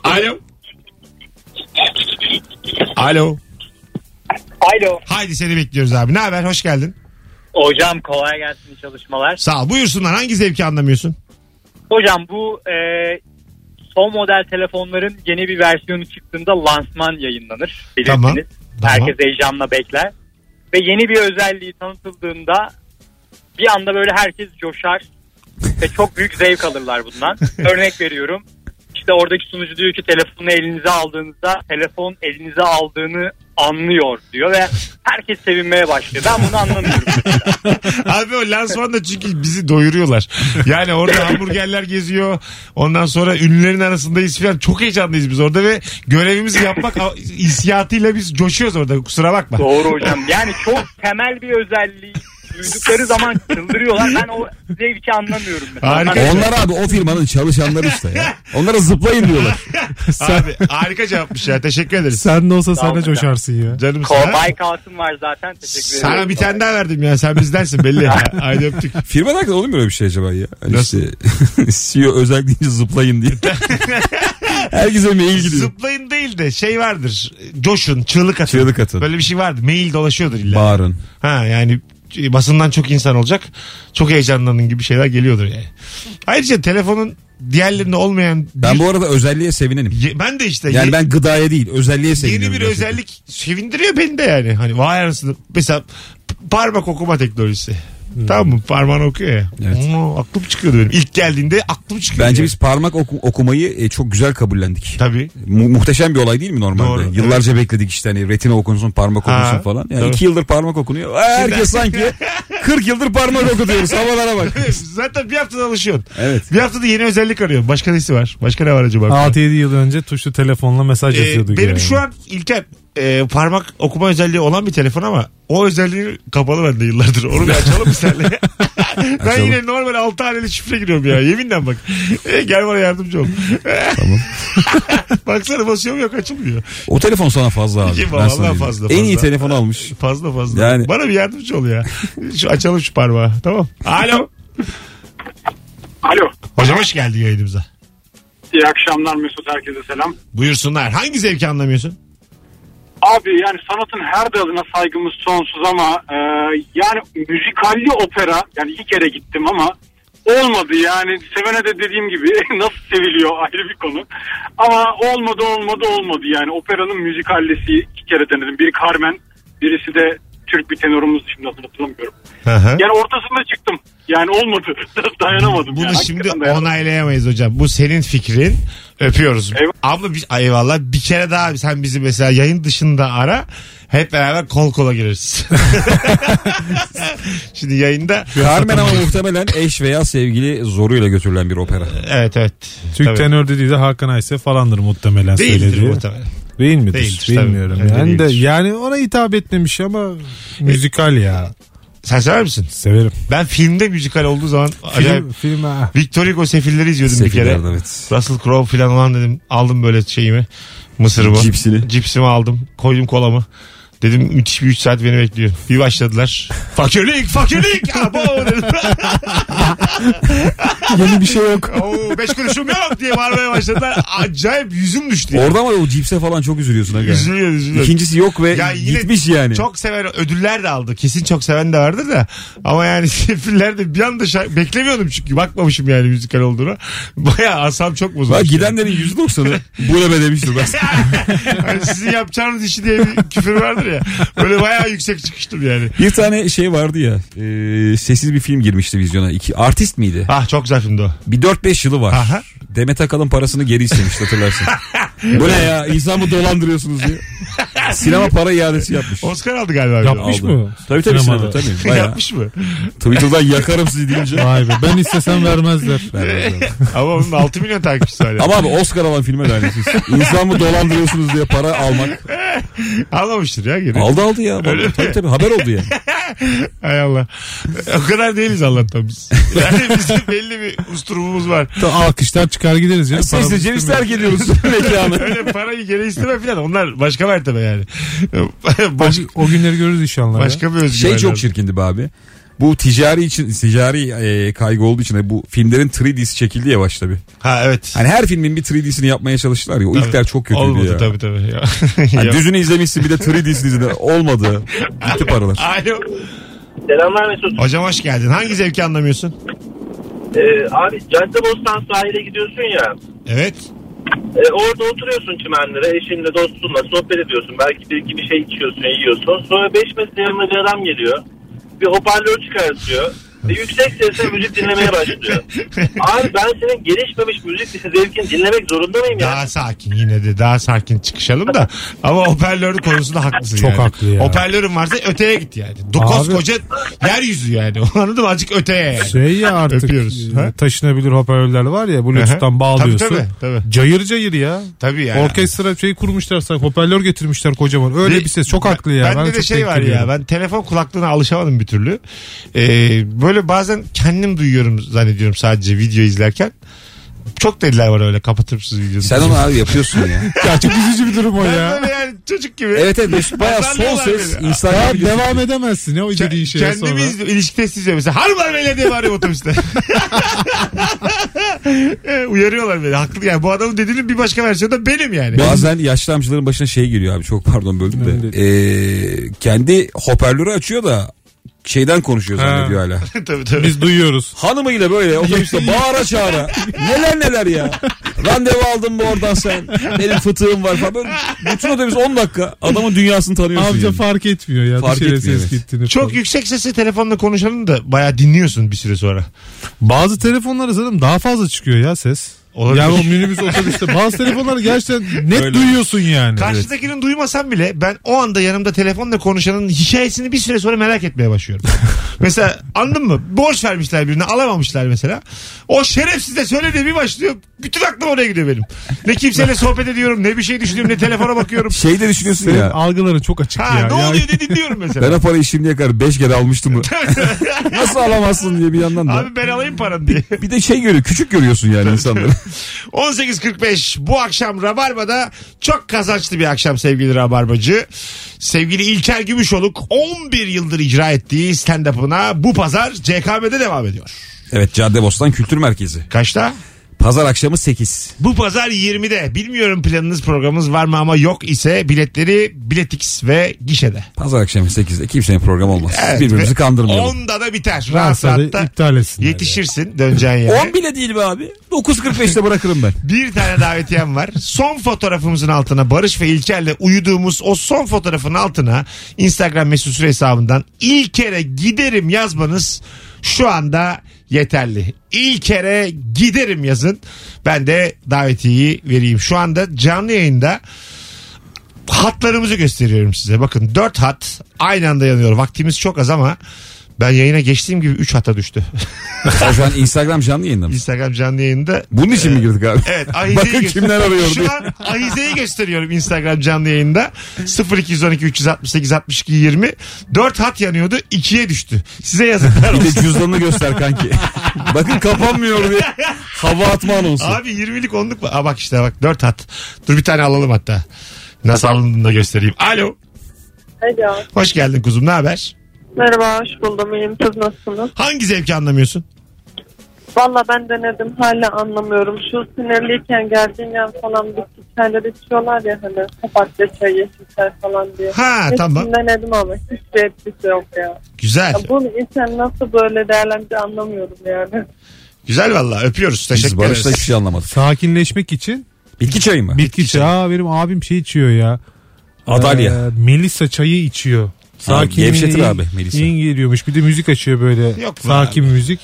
Speaker 2: Alo. Alo.
Speaker 9: Alo.
Speaker 2: Haydi seni bekliyoruz abi. Ne haber? Hoş geldin.
Speaker 9: Hocam kolay gelsin çalışmalar.
Speaker 2: Sağ ol. Buyursunlar. Hangi zevki anlamıyorsun?
Speaker 9: Hocam bu e, son model telefonların yeni bir versiyonu çıktığında lansman yayınlanır. Bilirsiniz.
Speaker 2: Tamam, tamam.
Speaker 9: Herkes heyecanla bekler. Ve yeni bir özelliği tanıtıldığında bir anda böyle herkes coşar. ve çok büyük zevk alırlar bundan. Örnek veriyorum. İşte oradaki sunucu diyor ki telefonu elinize aldığınızda telefon elinize aldığını anlıyor diyor ve herkes sevinmeye başlıyor. Ben bunu anlamıyorum.
Speaker 2: Abi o lansmanda çünkü bizi doyuruyorlar. Yani orada hamburgerler geziyor. Ondan sonra ünlülerin arasındayız falan. Çok heyecanlıyız biz orada ve görevimizi yapmak hissiyatıyla biz coşuyoruz orada. Kusura bakma.
Speaker 9: Doğru hocam. Yani çok temel bir özelliği duydukları zaman çıldırıyorlar. Ben o zevki anlamıyorum. mesela.
Speaker 2: Harika.
Speaker 9: Onlar-
Speaker 3: Onlar abi o firmanın çalışanları işte ya. Onlara zıplayın diyorlar.
Speaker 2: Abi harika cevapmış ya. Teşekkür ederiz.
Speaker 4: Sen de olsa sana
Speaker 9: olun hocam.
Speaker 4: coşarsın ya.
Speaker 2: Canım sana.
Speaker 9: Kovboy kalsın var zaten. Teşekkür ederim.
Speaker 2: Sana bir tane daha verdim ya. Sen bizdensin belli. Haydi öptük.
Speaker 3: Firmada hakikaten olur mu öyle bir şey acaba ya? Hani işte, CEO özel deyince zıplayın diye. Herkese mail gidiyor.
Speaker 2: Zıplayın değil de şey vardır. Coşun, çığlık atın.
Speaker 3: Çığlık atın.
Speaker 2: Böyle bir şey vardır. Mail dolaşıyordur illa.
Speaker 3: Bağırın.
Speaker 2: Ha yani basından çok insan olacak. Çok heyecanlanın gibi şeyler geliyordur yani. Ayrıca telefonun diğerlerinde olmayan
Speaker 3: Ben bu arada özelliğe sevinirim.
Speaker 2: Ye- ben de işte
Speaker 3: Yani
Speaker 2: ye-
Speaker 3: ben gıdaya değil özelliğe sevinirim.
Speaker 2: yeni bir
Speaker 3: gerçekten.
Speaker 2: özellik sevindiriyor beni de yani. Hani vay arasında mesela p- parmak okuma teknolojisi. Tamam mı? Parmağını okuyor ya.
Speaker 3: Hmm. Evet.
Speaker 2: Oo, aklım çıkıyordu benim. İlk geldiğinde aklım çıkıyordu.
Speaker 3: Bence
Speaker 2: yani.
Speaker 3: biz parmak oku- okumayı e, çok güzel kabullendik.
Speaker 2: Tabii.
Speaker 3: Mu- muhteşem bir olay değil mi normalde?
Speaker 2: Doğru, evet.
Speaker 3: Yıllarca bekledik işte hani retina okunsun parmak
Speaker 2: Ha,
Speaker 3: okunsun falan. Yani
Speaker 2: doğru.
Speaker 3: iki yıldır parmak okunuyor. Aa, Herkes sanki 40 yıldır parmak okutuyoruz havalara bak.
Speaker 2: Zaten bir haftada alışıyorsun.
Speaker 3: Evet.
Speaker 2: Bir haftada yeni özellik arıyorsun. Başka nesi var? Başka ne var acaba?
Speaker 4: 6-7 yıl önce tuşlu telefonla mesaj
Speaker 2: Ee,
Speaker 4: yazıyorduk.
Speaker 2: benim
Speaker 4: yani.
Speaker 2: şu an İlker e, parmak okuma özelliği olan bir telefon ama o özelliği kapalı bende yıllardır. Onu bir açalım mı senle? ben
Speaker 3: Açalım.
Speaker 2: yine normal 6 haneli şifre giriyorum ya. Yeminle bak. E, gel bana yardımcı ol.
Speaker 3: Tamam.
Speaker 2: Baksana basıyorum yok açılmıyor.
Speaker 3: O telefon sana fazla abi.
Speaker 2: Vallahi
Speaker 3: Ben sana diyeyim.
Speaker 2: fazla,
Speaker 3: En iyi
Speaker 2: fazla.
Speaker 3: telefon almış.
Speaker 2: Fazla fazla.
Speaker 3: Yani-
Speaker 2: Bana bir yardımcı ol ya. Şu, açalım şu parmağı. Tamam. Alo.
Speaker 5: Alo.
Speaker 2: Hocam hoş geldin yayınımıza.
Speaker 5: İyi akşamlar Mesut herkese selam.
Speaker 2: Buyursunlar. Hangi zevki anlamıyorsun?
Speaker 5: Abi yani sanatın her dalına saygımız sonsuz ama e, yani müzikalli opera yani iki kere gittim ama olmadı yani sevene de dediğim gibi nasıl seviliyor ayrı bir konu. Ama olmadı olmadı olmadı yani operanın müzikallisi iki kere denedim. Biri Carmen birisi de Türk bir tenorumuz şimdi hatırlamıyorum.
Speaker 2: Hı hı.
Speaker 5: Yani ortasında çıktım. Yani olmadı. Dayanamadım.
Speaker 2: Bunu
Speaker 5: yani.
Speaker 2: şimdi
Speaker 5: Hakikaten dayanamadım.
Speaker 2: onaylayamayız hocam. Bu senin fikrin. Öpüyoruz.
Speaker 5: Eyvallah.
Speaker 2: Ama biz ay eyvallah bir kere daha sen bizi mesela yayın dışında ara. Hep beraber kol kola gireriz. şimdi yayında
Speaker 3: Carmen ama muhtemelen eş veya sevgili zoruyla götürülen bir opera.
Speaker 2: evet evet.
Speaker 4: Türk
Speaker 2: Tabii.
Speaker 4: tenör dediği de Hakan Ayse falandır muhtemelen
Speaker 2: Değildir
Speaker 4: söylediği.
Speaker 2: muhtemelen.
Speaker 4: Değil midir?
Speaker 2: Değildir,
Speaker 4: Bilmiyorum.
Speaker 2: tabii.
Speaker 4: Yani, de,
Speaker 2: Değildir.
Speaker 4: yani ona hitap etmemiş ama müzikal ya.
Speaker 2: Sen sever misin?
Speaker 4: Severim.
Speaker 2: Ben filmde müzikal olduğu zaman acayip
Speaker 4: Film, film ha.
Speaker 2: Victor Hugo sefilleri izliyordum bir kere.
Speaker 3: Sefiller'de evet.
Speaker 2: Russell Crowe falan olan dedim. Aldım böyle şeyimi. Mısırımı.
Speaker 3: Cipsini.
Speaker 2: Cipsimi aldım. Koydum kolamı. Dedim müthiş bir 3 saat beni bekliyor. Bir başladılar. fakirlik fakirlik. Abo dedim.
Speaker 4: Yeni bir şey yok.
Speaker 2: Oo, beş kuruşum yok diye bağırmaya başladılar. Acayip yüzüm düştü. ya.
Speaker 3: Orada ama o cipse falan çok üzülüyorsun. Aga.
Speaker 2: Üzülüyor üzülüyor.
Speaker 3: İkincisi yok ve gitmiş yani.
Speaker 2: Çok sever ödüller de aldı. Kesin çok seven de vardır da. Ama yani sefiller de bir anda şa- beklemiyordum çünkü. Bakmamışım yani müzikal olduğuna. Baya asam çok bozulmuş.
Speaker 3: Bak
Speaker 2: yani.
Speaker 3: gidenlerin %90'ı bu ne be demiştir ben.
Speaker 2: hani sizin yapacağınız işi diye bir küfür vardır ya. Böyle bayağı yüksek çıkıştım yani.
Speaker 3: Bir tane şey vardı ya. e, sessiz bir film girmişti vizyona. İki, artist miydi?
Speaker 2: Ah çok güzel filmdi o.
Speaker 3: Bir 4-5 yılı var.
Speaker 2: Aha.
Speaker 3: Demet Akalın parasını geri istemişti hatırlarsın. bu ne ya insanı dolandırıyorsunuz diye. Sinema para iadesi yapmış.
Speaker 2: Oscar aldı galiba. bir de.
Speaker 4: Yapmış
Speaker 3: Aldı.
Speaker 4: mı?
Speaker 3: Tabii tabii
Speaker 4: Sinemada.
Speaker 3: sinemada tabii. Bayağı.
Speaker 2: Yapmış mı?
Speaker 3: Twitter'dan yakarım sizi deyince.
Speaker 4: Vay be ben istesem vermezler.
Speaker 2: Ama onun 6 milyon takipçisi var. yani.
Speaker 3: Ama abi Oscar alan filme lanetsiz. İnsan mı dolandırıyorsunuz diye para almak.
Speaker 2: Anlamıştır ya gene.
Speaker 3: Aldı aldı ya.
Speaker 2: Öyle mi?
Speaker 3: tabii tabii haber oldu yani.
Speaker 2: Hay Allah. O kadar değiliz Allah'tan biz. Yani bizim belli bir usturumumuz var.
Speaker 4: Ta- Alkışlar çıkar gideriz ya.
Speaker 3: Sessiz ceviz terk ediyoruz mekanı.
Speaker 2: Öyle parayı geri isteme falan. Onlar başka mertebe yani. Baş-
Speaker 4: O günleri görürüz inşallah. ya.
Speaker 2: başka bir özgüven.
Speaker 3: Şey çok
Speaker 2: lazım.
Speaker 3: çirkindi be abi. Bu ticari için ticari e, kaygı olduğu için hani bu filmlerin 3D'si çekildi ya başta bir.
Speaker 2: Ha evet.
Speaker 3: Hani her filmin bir 3D'sini yapmaya çalıştılar ya. O ilkler çok kötüydü
Speaker 2: Olmadı
Speaker 3: ya.
Speaker 2: tabii tabii. Ya.
Speaker 3: Hani
Speaker 2: Ya.
Speaker 3: düzünü izlemişsin bir de 3D'sini izledin. Olmadı. Gitti paralar.
Speaker 2: Alo.
Speaker 9: Selamlar Mesut.
Speaker 2: Hocam hoş geldin. Hangi zevki anlamıyorsun?
Speaker 9: Ee, abi Caddebostan sahile gidiyorsun ya.
Speaker 2: Evet.
Speaker 9: E, orada oturuyorsun çimenlere eşinle dostunla sohbet ediyorsun. Belki bir iki bir şey içiyorsun yiyorsun. Sonra 5 metre yanındaki adam geliyor. Bir hoparlör çıkartıyor. Ve yüksek sesle müzik dinlemeye başlıyor. Abi ben senin gelişmemiş müzik zevkini dinlemek zorunda mıyım ya?
Speaker 2: Daha sakin yine de daha sakin çıkışalım da ama hoparlörü konusunda haklısın
Speaker 4: Çok
Speaker 2: yani.
Speaker 4: haklı ya.
Speaker 2: Hoparlörün varsa öteye git yani. Do- Koskoca yeryüzü yani. Anladın mı? Azıcık öteye yani.
Speaker 4: Şey ya artık
Speaker 2: Öpüyoruz.
Speaker 4: e,
Speaker 2: Ha?
Speaker 4: taşınabilir hoparlörler var ya Bluetooth'tan bağlıyorsun.
Speaker 2: Tabii, tabii, tabii.
Speaker 4: Cayır cayır ya.
Speaker 2: Tabii yani.
Speaker 4: Orkestra şey kurmuşlar sana hoparlör getirmişler kocaman. Öyle bir ses çok haklı ya.
Speaker 2: Bende
Speaker 4: Ben
Speaker 2: de
Speaker 4: çok
Speaker 2: şey
Speaker 4: denk
Speaker 2: var ya.
Speaker 4: geliyorum.
Speaker 2: Ben telefon kulaklığına alışamadım bir türlü. Ee, böyle bazen kendim duyuyorum zannediyorum sadece video izlerken. Çok dediler var öyle kapatıp siz videoyu.
Speaker 3: Sen onu abi yapıyorsun ya.
Speaker 4: Ya çok üzücü bir durum o
Speaker 2: Ben
Speaker 4: ya.
Speaker 2: böyle yani çocuk gibi.
Speaker 3: Evet evet Mesut bayağı son
Speaker 2: Azarlıyorlar
Speaker 3: ses
Speaker 2: beni.
Speaker 3: Instagram
Speaker 4: Daha
Speaker 3: videosu.
Speaker 4: devam edemezsin ya o
Speaker 2: Ke-
Speaker 4: dediğin şeye sonra.
Speaker 2: Kendimi izliyor. İlişki testi izliyor mesela. Harman Beyler diye bağırıyor otobüste. E, Uyarıyorlar beni. Haklı yani. Bu adamın dediğinin bir başka versiyonu da benim yani.
Speaker 3: Bazen yaşlı amcaların başına şey geliyor abi çok pardon böldüm de. Ee, kendi hoparlörü açıyor da şeyden konuşuyor zannediyor hala.
Speaker 2: tabii tabii.
Speaker 4: Biz duyuyoruz.
Speaker 3: Hanımıyla böyle otobüste bağıra çağıra. Neler neler ya. Randevu aldın mı oradan sen? Benim fıtığım var falan. Böyle bütün otobüs 10 dakika. Adamın dünyasını tanıyorsun.
Speaker 4: Amca
Speaker 3: yani.
Speaker 4: fark etmiyor ya.
Speaker 3: Fark
Speaker 4: dışarıya
Speaker 3: etmiyor,
Speaker 4: ses
Speaker 3: evet.
Speaker 4: gittiğini
Speaker 2: çok
Speaker 4: falan.
Speaker 2: yüksek sesle telefonla konuşanı da bayağı dinliyorsun bir süre sonra.
Speaker 4: Bazı telefonlara sanırım daha fazla çıkıyor ya ses.
Speaker 2: Olabilir.
Speaker 4: Yani o minibüs otobüste bazı telefonlar gerçekten net
Speaker 3: Öyle.
Speaker 4: duyuyorsun yani.
Speaker 2: Karşıdakinin duymasam bile ben o anda yanımda telefonla konuşanın hikayesini bir süre sonra merak etmeye başlıyorum. mesela anladın mı? Borç vermişler birine alamamışlar mesela. O şerefsiz de söylediği bir başlıyor. Bütün aklım oraya gidiyor benim. Ne kimseyle sohbet ediyorum ne bir şey düşünüyorum ne telefona bakıyorum.
Speaker 3: Şey de düşünüyorsun
Speaker 4: Senin
Speaker 3: ya.
Speaker 4: algıların çok açık
Speaker 2: Ha
Speaker 4: ya.
Speaker 2: ne
Speaker 4: Ya-
Speaker 2: oluyor diye dinliyorum mesela.
Speaker 3: Ben o parayı şimdiye kadar 5 kere almıştım mı? Nasıl alamazsın diye bir yandan da.
Speaker 2: Abi ben alayım paranı diye.
Speaker 3: Bir de şey görüyor küçük görüyorsun yani insanları.
Speaker 2: 18.45 bu akşam Rabarba'da çok kazançlı bir akşam sevgili Rabarbacı. Sevgili İlker Gümüşoluk 11 yıldır icra ettiği stand-up'ına bu pazar CKM'de devam ediyor.
Speaker 3: evet Caddebostan Kültür Merkezi.
Speaker 2: Kaçta?
Speaker 3: Pazar akşamı 8.
Speaker 2: Bu pazar 20'de. Bilmiyorum planınız programınız var mı ama yok ise biletleri Biletix ve gişede.
Speaker 3: Pazar akşamı 8'de kimsenin programı olmaz.
Speaker 2: Evet,
Speaker 3: Birbirimizi
Speaker 2: ve
Speaker 3: kandırmayalım.
Speaker 2: Onda da biter. Rahat
Speaker 4: Fransa'da
Speaker 2: rahat da
Speaker 4: iptal etsinler.
Speaker 2: yetişirsin döneceğin yere.
Speaker 3: 10 bile değil be abi. 9.45'te bırakırım ben.
Speaker 2: Bir tane davetiyem var. Son fotoğrafımızın altına Barış ve İlker'le uyuduğumuz o son fotoğrafın altına Instagram mesut süre hesabından ilk kere giderim yazmanız şu anda yeterli. İlk kere giderim yazın. Ben de davetiyeyi vereyim. Şu anda canlı yayında hatlarımızı gösteriyorum size. Bakın 4 hat aynı anda yanıyor. Vaktimiz çok az ama ben yayına geçtiğim gibi 3 hata düştü.
Speaker 3: Sen şu an Instagram canlı yayında mısın?
Speaker 2: Instagram canlı yayında
Speaker 3: Bunun için mi girdik abi?
Speaker 2: Evet.
Speaker 3: Bakın
Speaker 2: göster-
Speaker 3: kimler arıyor diye.
Speaker 2: Şu an Ahize'yi gösteriyorum Instagram canlı yayında. 0212 368 62 20. 4 hat yanıyordu. 2'ye düştü. Size yazıklar
Speaker 3: Bir
Speaker 2: olsun.
Speaker 3: de cüzdanını göster kanki. Bakın kapanmıyor diye. Hava atma anonsu.
Speaker 2: Abi 20'lik 10'luk var. Aa bak işte bak 4 hat. Dur bir tane alalım hatta. Nasıl alındığını da göstereyim. Alo.
Speaker 6: Alo.
Speaker 2: Hoş geldin kuzum. Ne haber?
Speaker 6: Merhaba hoş buldum. İyiyim siz nasılsınız?
Speaker 2: Hangi zevki anlamıyorsun?
Speaker 6: Valla ben denedim hala anlamıyorum. Şu sinirliyken geldiğim yan falan bitki çayları içiyorlar ya hani papatya çayı, yeşil çay falan diye.
Speaker 2: Ha, tamam.
Speaker 6: denedim ama hiçbir etkisi yok ya.
Speaker 2: Güzel.
Speaker 6: ya bunu insan nasıl böyle değerlendi anlamıyorum yani.
Speaker 2: Güzel valla. Öpüyoruz.
Speaker 3: Biz
Speaker 2: Teşekkür
Speaker 3: Barış'la hiçbir
Speaker 2: ederiz.
Speaker 3: şey anlamadık.
Speaker 4: Sakinleşmek için
Speaker 3: Bitki çayı mı?
Speaker 4: bitki çayı. Aa benim abim şey içiyor ya.
Speaker 3: Adalya.
Speaker 4: Ee, Melisa çayı içiyor. Sakinliği
Speaker 3: gevşetir abi Melisa.
Speaker 4: iyi geliyormuş. Bir de müzik açıyor böyle.
Speaker 2: Yok be
Speaker 4: Sakin müzik.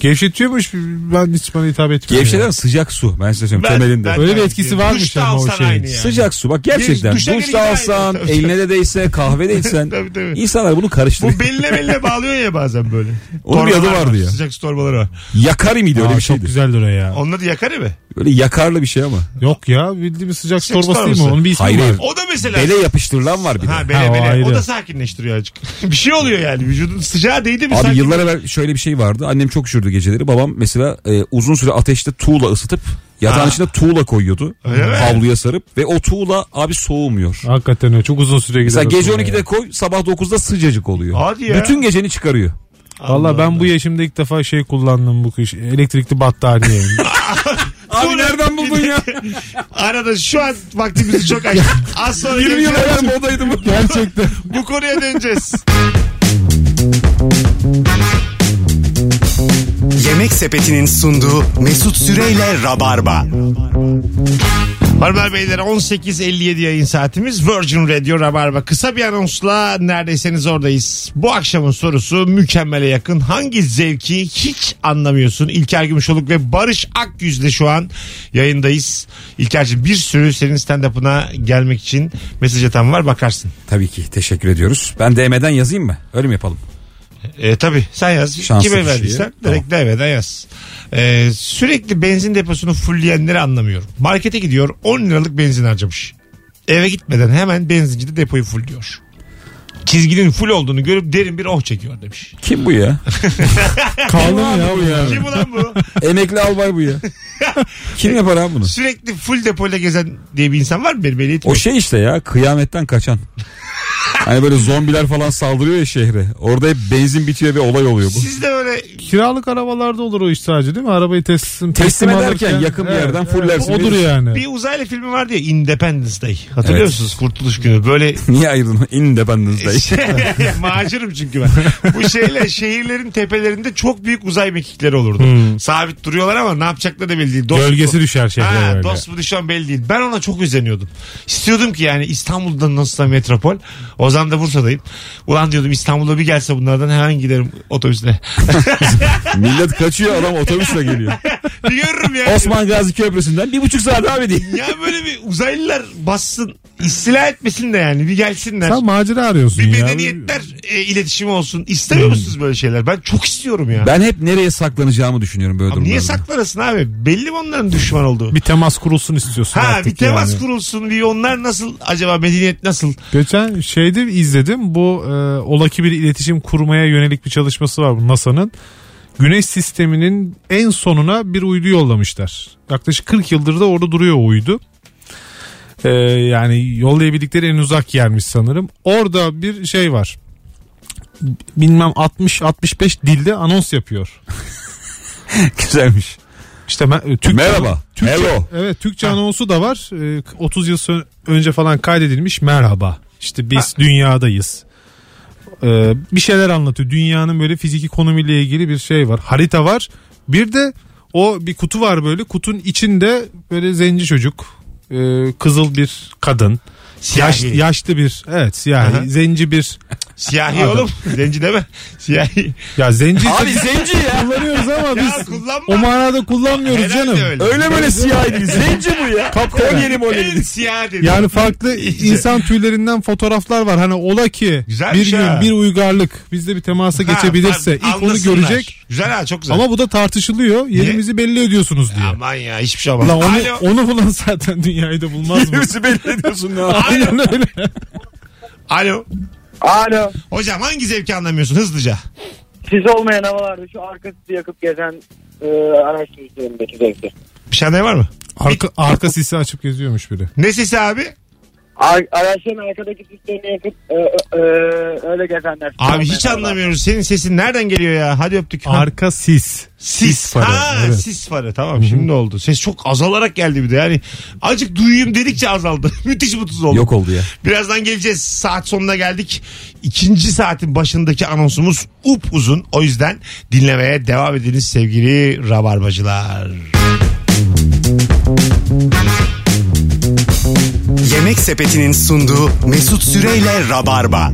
Speaker 4: Gevşetiyormuş. Ben hiç bana hitap etmiyor.
Speaker 3: Gevşeden
Speaker 4: ya.
Speaker 3: sıcak su. Ben size söylüyorum
Speaker 2: Ben-
Speaker 3: temelinde.
Speaker 2: ben-
Speaker 4: Öyle bir etkisi varmış
Speaker 2: Duşta
Speaker 4: ama o
Speaker 2: alsan
Speaker 4: şeyin.
Speaker 2: aynı yani.
Speaker 3: Sıcak su bak gerçekten.
Speaker 2: Duşa gelin
Speaker 3: Duşta
Speaker 2: gidin
Speaker 3: alsan,
Speaker 2: aynı.
Speaker 3: eline de değse, kahvede içsen.
Speaker 2: Tabii, tabii.
Speaker 3: İnsanlar bunu karıştırıyor.
Speaker 2: Bu beline beline bağlıyor ya bazen böyle.
Speaker 3: Onun bir adı
Speaker 2: Torbalar
Speaker 3: vardı ya.
Speaker 2: Sıcak su torbaları var.
Speaker 3: Yakari mıydı öyle
Speaker 4: Aa,
Speaker 3: bir
Speaker 4: çok
Speaker 3: şeydi.
Speaker 4: güzeldir o ya.
Speaker 2: Onun adı yakarı mı?
Speaker 3: Böyle yakarlı bir şey ama.
Speaker 4: Yok ya bildiğimiz sıcak
Speaker 2: Sıcak
Speaker 4: torbası değil mi?
Speaker 2: torbası.
Speaker 4: Onun bir ismi
Speaker 3: Hayır,
Speaker 4: var.
Speaker 3: hayır.
Speaker 2: O da mesela.
Speaker 3: Bele yapıştırılan var bir de.
Speaker 2: Ha bele
Speaker 4: Ha, o
Speaker 2: bele. O,
Speaker 4: ayrı.
Speaker 2: da sakinleştiriyor azıcık. bir şey oluyor yani. Vücudun sıcağı değdi mi
Speaker 3: Abi
Speaker 2: sakin-
Speaker 3: yıllar evvel şöyle bir şey vardı. Annem çok üşürdü geceleri. Babam mesela e, uzun süre ateşte tuğla ısıtıp yatağın
Speaker 2: Ha.
Speaker 3: içine tuğla koyuyordu.
Speaker 2: Öyle mi?
Speaker 3: Havluya sarıp ve o tuğla abi soğumuyor.
Speaker 4: Hakikaten öyle. Çok uzun süre gider.
Speaker 3: Mesela gece
Speaker 4: o sonra
Speaker 3: 12'de
Speaker 4: ya.
Speaker 3: koy sabah 9'da sıcacık oluyor.
Speaker 2: Hadi ya.
Speaker 3: Bütün geceni çıkarıyor.
Speaker 4: Valla ben bu yaşımda ilk defa şey kullandım bu kış. Elektrikli battaniye.
Speaker 3: Abi nereden buldun ya?
Speaker 2: Arada şu an vaktimizi çok açtık. Az sonra
Speaker 3: 20 yıl
Speaker 2: geleceğiz.
Speaker 3: evvel modaydı bu.
Speaker 4: Gerçekten.
Speaker 2: bu konuya döneceğiz.
Speaker 1: Yemek Sepeti'nin sunduğu Mesut Süreyle Rabarba.
Speaker 2: Hanımlar beyler 18.57 yayın saatimiz Virgin Radio Rabarba. Kısa bir anonsla neredeyseniz oradayız. Bu akşamın sorusu mükemmele yakın. Hangi zevki hiç anlamıyorsun? İlker Gümüşoluk ve Barış Akyüz'le şu an yayındayız. İlker'cim bir sürü senin stand-up'ına gelmek için mesaj atan var bakarsın.
Speaker 3: Tabii ki teşekkür ediyoruz. Ben DM'den yazayım mı? Öyle mi yapalım?
Speaker 2: E, tabii sen yaz.
Speaker 3: Şanslı
Speaker 2: Kime
Speaker 3: kişiye.
Speaker 2: verdiysen direkt DM'den yaz. E, sürekli benzin deposunu fullleyenleri anlamıyorum. Markete gidiyor 10 liralık benzin harcamış. Eve gitmeden hemen benzincide depoyu fullüyor. Çizginin full olduğunu görüp derin bir oh çekiyor demiş.
Speaker 3: Kim bu ya?
Speaker 4: Kaldı mı ya bu ya?
Speaker 2: Kim ulan bu?
Speaker 3: Emekli albay bu ya. Kim yapar abi bunu?
Speaker 2: Sürekli full depoyla gezen diye bir insan var mı? Beni, beni
Speaker 3: O
Speaker 2: eğitmiyor.
Speaker 3: şey işte ya kıyametten kaçan. Hani böyle zombiler falan saldırıyor ya şehre. Orada hep benzin bitiyor ve olay oluyor bu.
Speaker 2: Siz de böyle
Speaker 4: Kiralık arabalarda olur o iş sadece değil mi? Arabayı teslim,
Speaker 3: Teslim ederken
Speaker 4: alırken-
Speaker 3: yakın bir yerden fullersin.
Speaker 4: Odur yani.
Speaker 2: bir uzaylı filmi vardı ya Independence Day. Hatırlıyor
Speaker 3: Evet.
Speaker 2: musunuz? Kurtuluş Günü. Böyle
Speaker 3: Niye ayırdın? Independence Day.
Speaker 2: Şey- Macerim çünkü ben. Bu şeyle şehirlerin tepelerinde çok büyük uzay mekikleri olurdu. Sabit duruyorlar ama ne yapacakları da belli değil. Dost-
Speaker 4: Hmm. Gölgesi şey düşer şehre
Speaker 2: Ha,
Speaker 4: böyle.
Speaker 2: dost mu düşman belli değil. Ben ona çok üzeniyordum. İstiyordum ki yani İstanbul'da nasıl da metropol. O zaman da Bursa'dayım. Ulan diyordum İstanbul'a bir gelse bunlardan hemen giderim otobüsle.
Speaker 3: Millet kaçıyor adam otobüsle geliyor.
Speaker 2: Bir Görürüm yani.
Speaker 3: Osman Gazi Köprüsü'nden bir buçuk saat abi diye.
Speaker 2: Ya böyle bir uzaylılar bassın. istila etmesin de yani bir gelsinler.
Speaker 4: Sen macera arıyorsun
Speaker 2: şey- Bir
Speaker 4: ya. Hmm.
Speaker 2: medeniyetler e, iletişimi olsun. İstemiyor musunuz böyle şeyler? Ben çok istiyorum ya.
Speaker 3: Ben hep nereye saklanacağımı düşünüyorum böyle
Speaker 2: Abi
Speaker 3: durumlarda.
Speaker 2: niye saklanasın abi? Belli mi onların düşman olduğu?
Speaker 4: Bir temas kurulsun istiyorsun
Speaker 2: ha
Speaker 4: artık
Speaker 2: bir temas
Speaker 4: yani.
Speaker 2: kurulsun. Bir onlar nasıl acaba medeniyet nasıl?
Speaker 4: Geçen şeyde izledim bu e, olaki bir iletişim kurmaya yönelik bir çalışması var bu NASA'nın. Güneş sisteminin en sonuna bir uydu yollamışlar. Yaklaşık 40 yıldır da orada duruyor o uydu. E, yani yollayabildikleri en uzak yermiş sanırım. Orada bir şey var. Bilmem 60-65 dilde anons yapıyor.
Speaker 3: Güzelmiş.
Speaker 4: İşte ben, e, Türkçe,
Speaker 3: Merhaba.
Speaker 4: Türkçe,
Speaker 3: Hello.
Speaker 4: Evet Türkçe anonsu da var. Ee, 30 yıl sö- önce falan kaydedilmiş merhaba. İşte biz dünyadayız. Ee, bir şeyler anlatıyor. Dünyanın böyle fiziki konumuyla ilgili bir şey var. Harita var. Bir de o bir kutu var böyle. Kutunun içinde böyle zenci çocuk, e, kızıl bir kadın, yaş,
Speaker 2: Siyahi.
Speaker 4: yaşlı bir, evet siyahi,
Speaker 2: Aha.
Speaker 4: zenci bir.
Speaker 2: Siyahi
Speaker 4: Adam.
Speaker 2: oğlum. Zenci deme. Siyahi.
Speaker 4: Ya zenci
Speaker 3: Abi zenci ya.
Speaker 4: kullanıyoruz ama
Speaker 2: Ya
Speaker 4: biz
Speaker 2: kullanma.
Speaker 4: o manada kullanmıyoruz
Speaker 2: Herhalde
Speaker 4: canım.
Speaker 2: öyle.
Speaker 3: Öyle böyle siyah değil. Zenci bu ya. Konyeli
Speaker 2: En
Speaker 3: monyeli.
Speaker 2: siyah dedi.
Speaker 4: Yani farklı insan tüylerinden fotoğraflar var. Hani ola ki
Speaker 2: Güzelmiş
Speaker 4: bir gün
Speaker 2: ha.
Speaker 4: bir uygarlık bizde bir temasa
Speaker 2: şey. Ha,
Speaker 4: geçebilirse
Speaker 2: pardon,
Speaker 4: ilk onu
Speaker 2: anlasınlar.
Speaker 4: görecek.
Speaker 2: Güzel ha çok güzel.
Speaker 4: Ama bu da tartışılıyor. Yerimizi belli ediyorsunuz diyor.
Speaker 2: Aman ya hiçbir şey olmaz.
Speaker 4: Lan onu,
Speaker 2: Alo.
Speaker 4: onu bulan zaten dünyayı da bulmaz mı?
Speaker 3: Yüzü belli ediyorsun ya.
Speaker 2: Alo.
Speaker 4: Aynen öyle.
Speaker 2: Alo.
Speaker 8: Alo.
Speaker 2: Hocam hangi zevki anlamıyorsun hızlıca?
Speaker 8: Siz olmayan havalarda şu arkası yakıp gezen e, araç sürücülerindeki zevktir.
Speaker 2: Bir şey anlayan var mı?
Speaker 4: Arka, arka sisi açıp geziyormuş biri.
Speaker 2: Ne sesi abi?
Speaker 8: Ar- araçların arkadaki sistemini yakıp e, e, öyle gezenler.
Speaker 2: Abi hiç anlamıyoruz. Senin sesin nereden geliyor ya? Hadi öptük. Ha.
Speaker 4: Arka sis.
Speaker 2: Sis,
Speaker 4: Sis farı,
Speaker 2: Ha,
Speaker 4: evet.
Speaker 2: sis farı. Tamam şimdi oldu. Ses çok azalarak geldi bir de. Yani acık duyayım dedikçe azaldı. Müthiş mutsuz oldum.
Speaker 3: Yok oldu ya.
Speaker 2: Birazdan geleceğiz. Saat sonuna geldik. İkinci saatin başındaki anonsumuz up uzun. O yüzden dinlemeye devam ediniz sevgili rabarbacılar.
Speaker 1: Yemek Sepeti'nin sunduğu Mesut Süreyle Rabarba.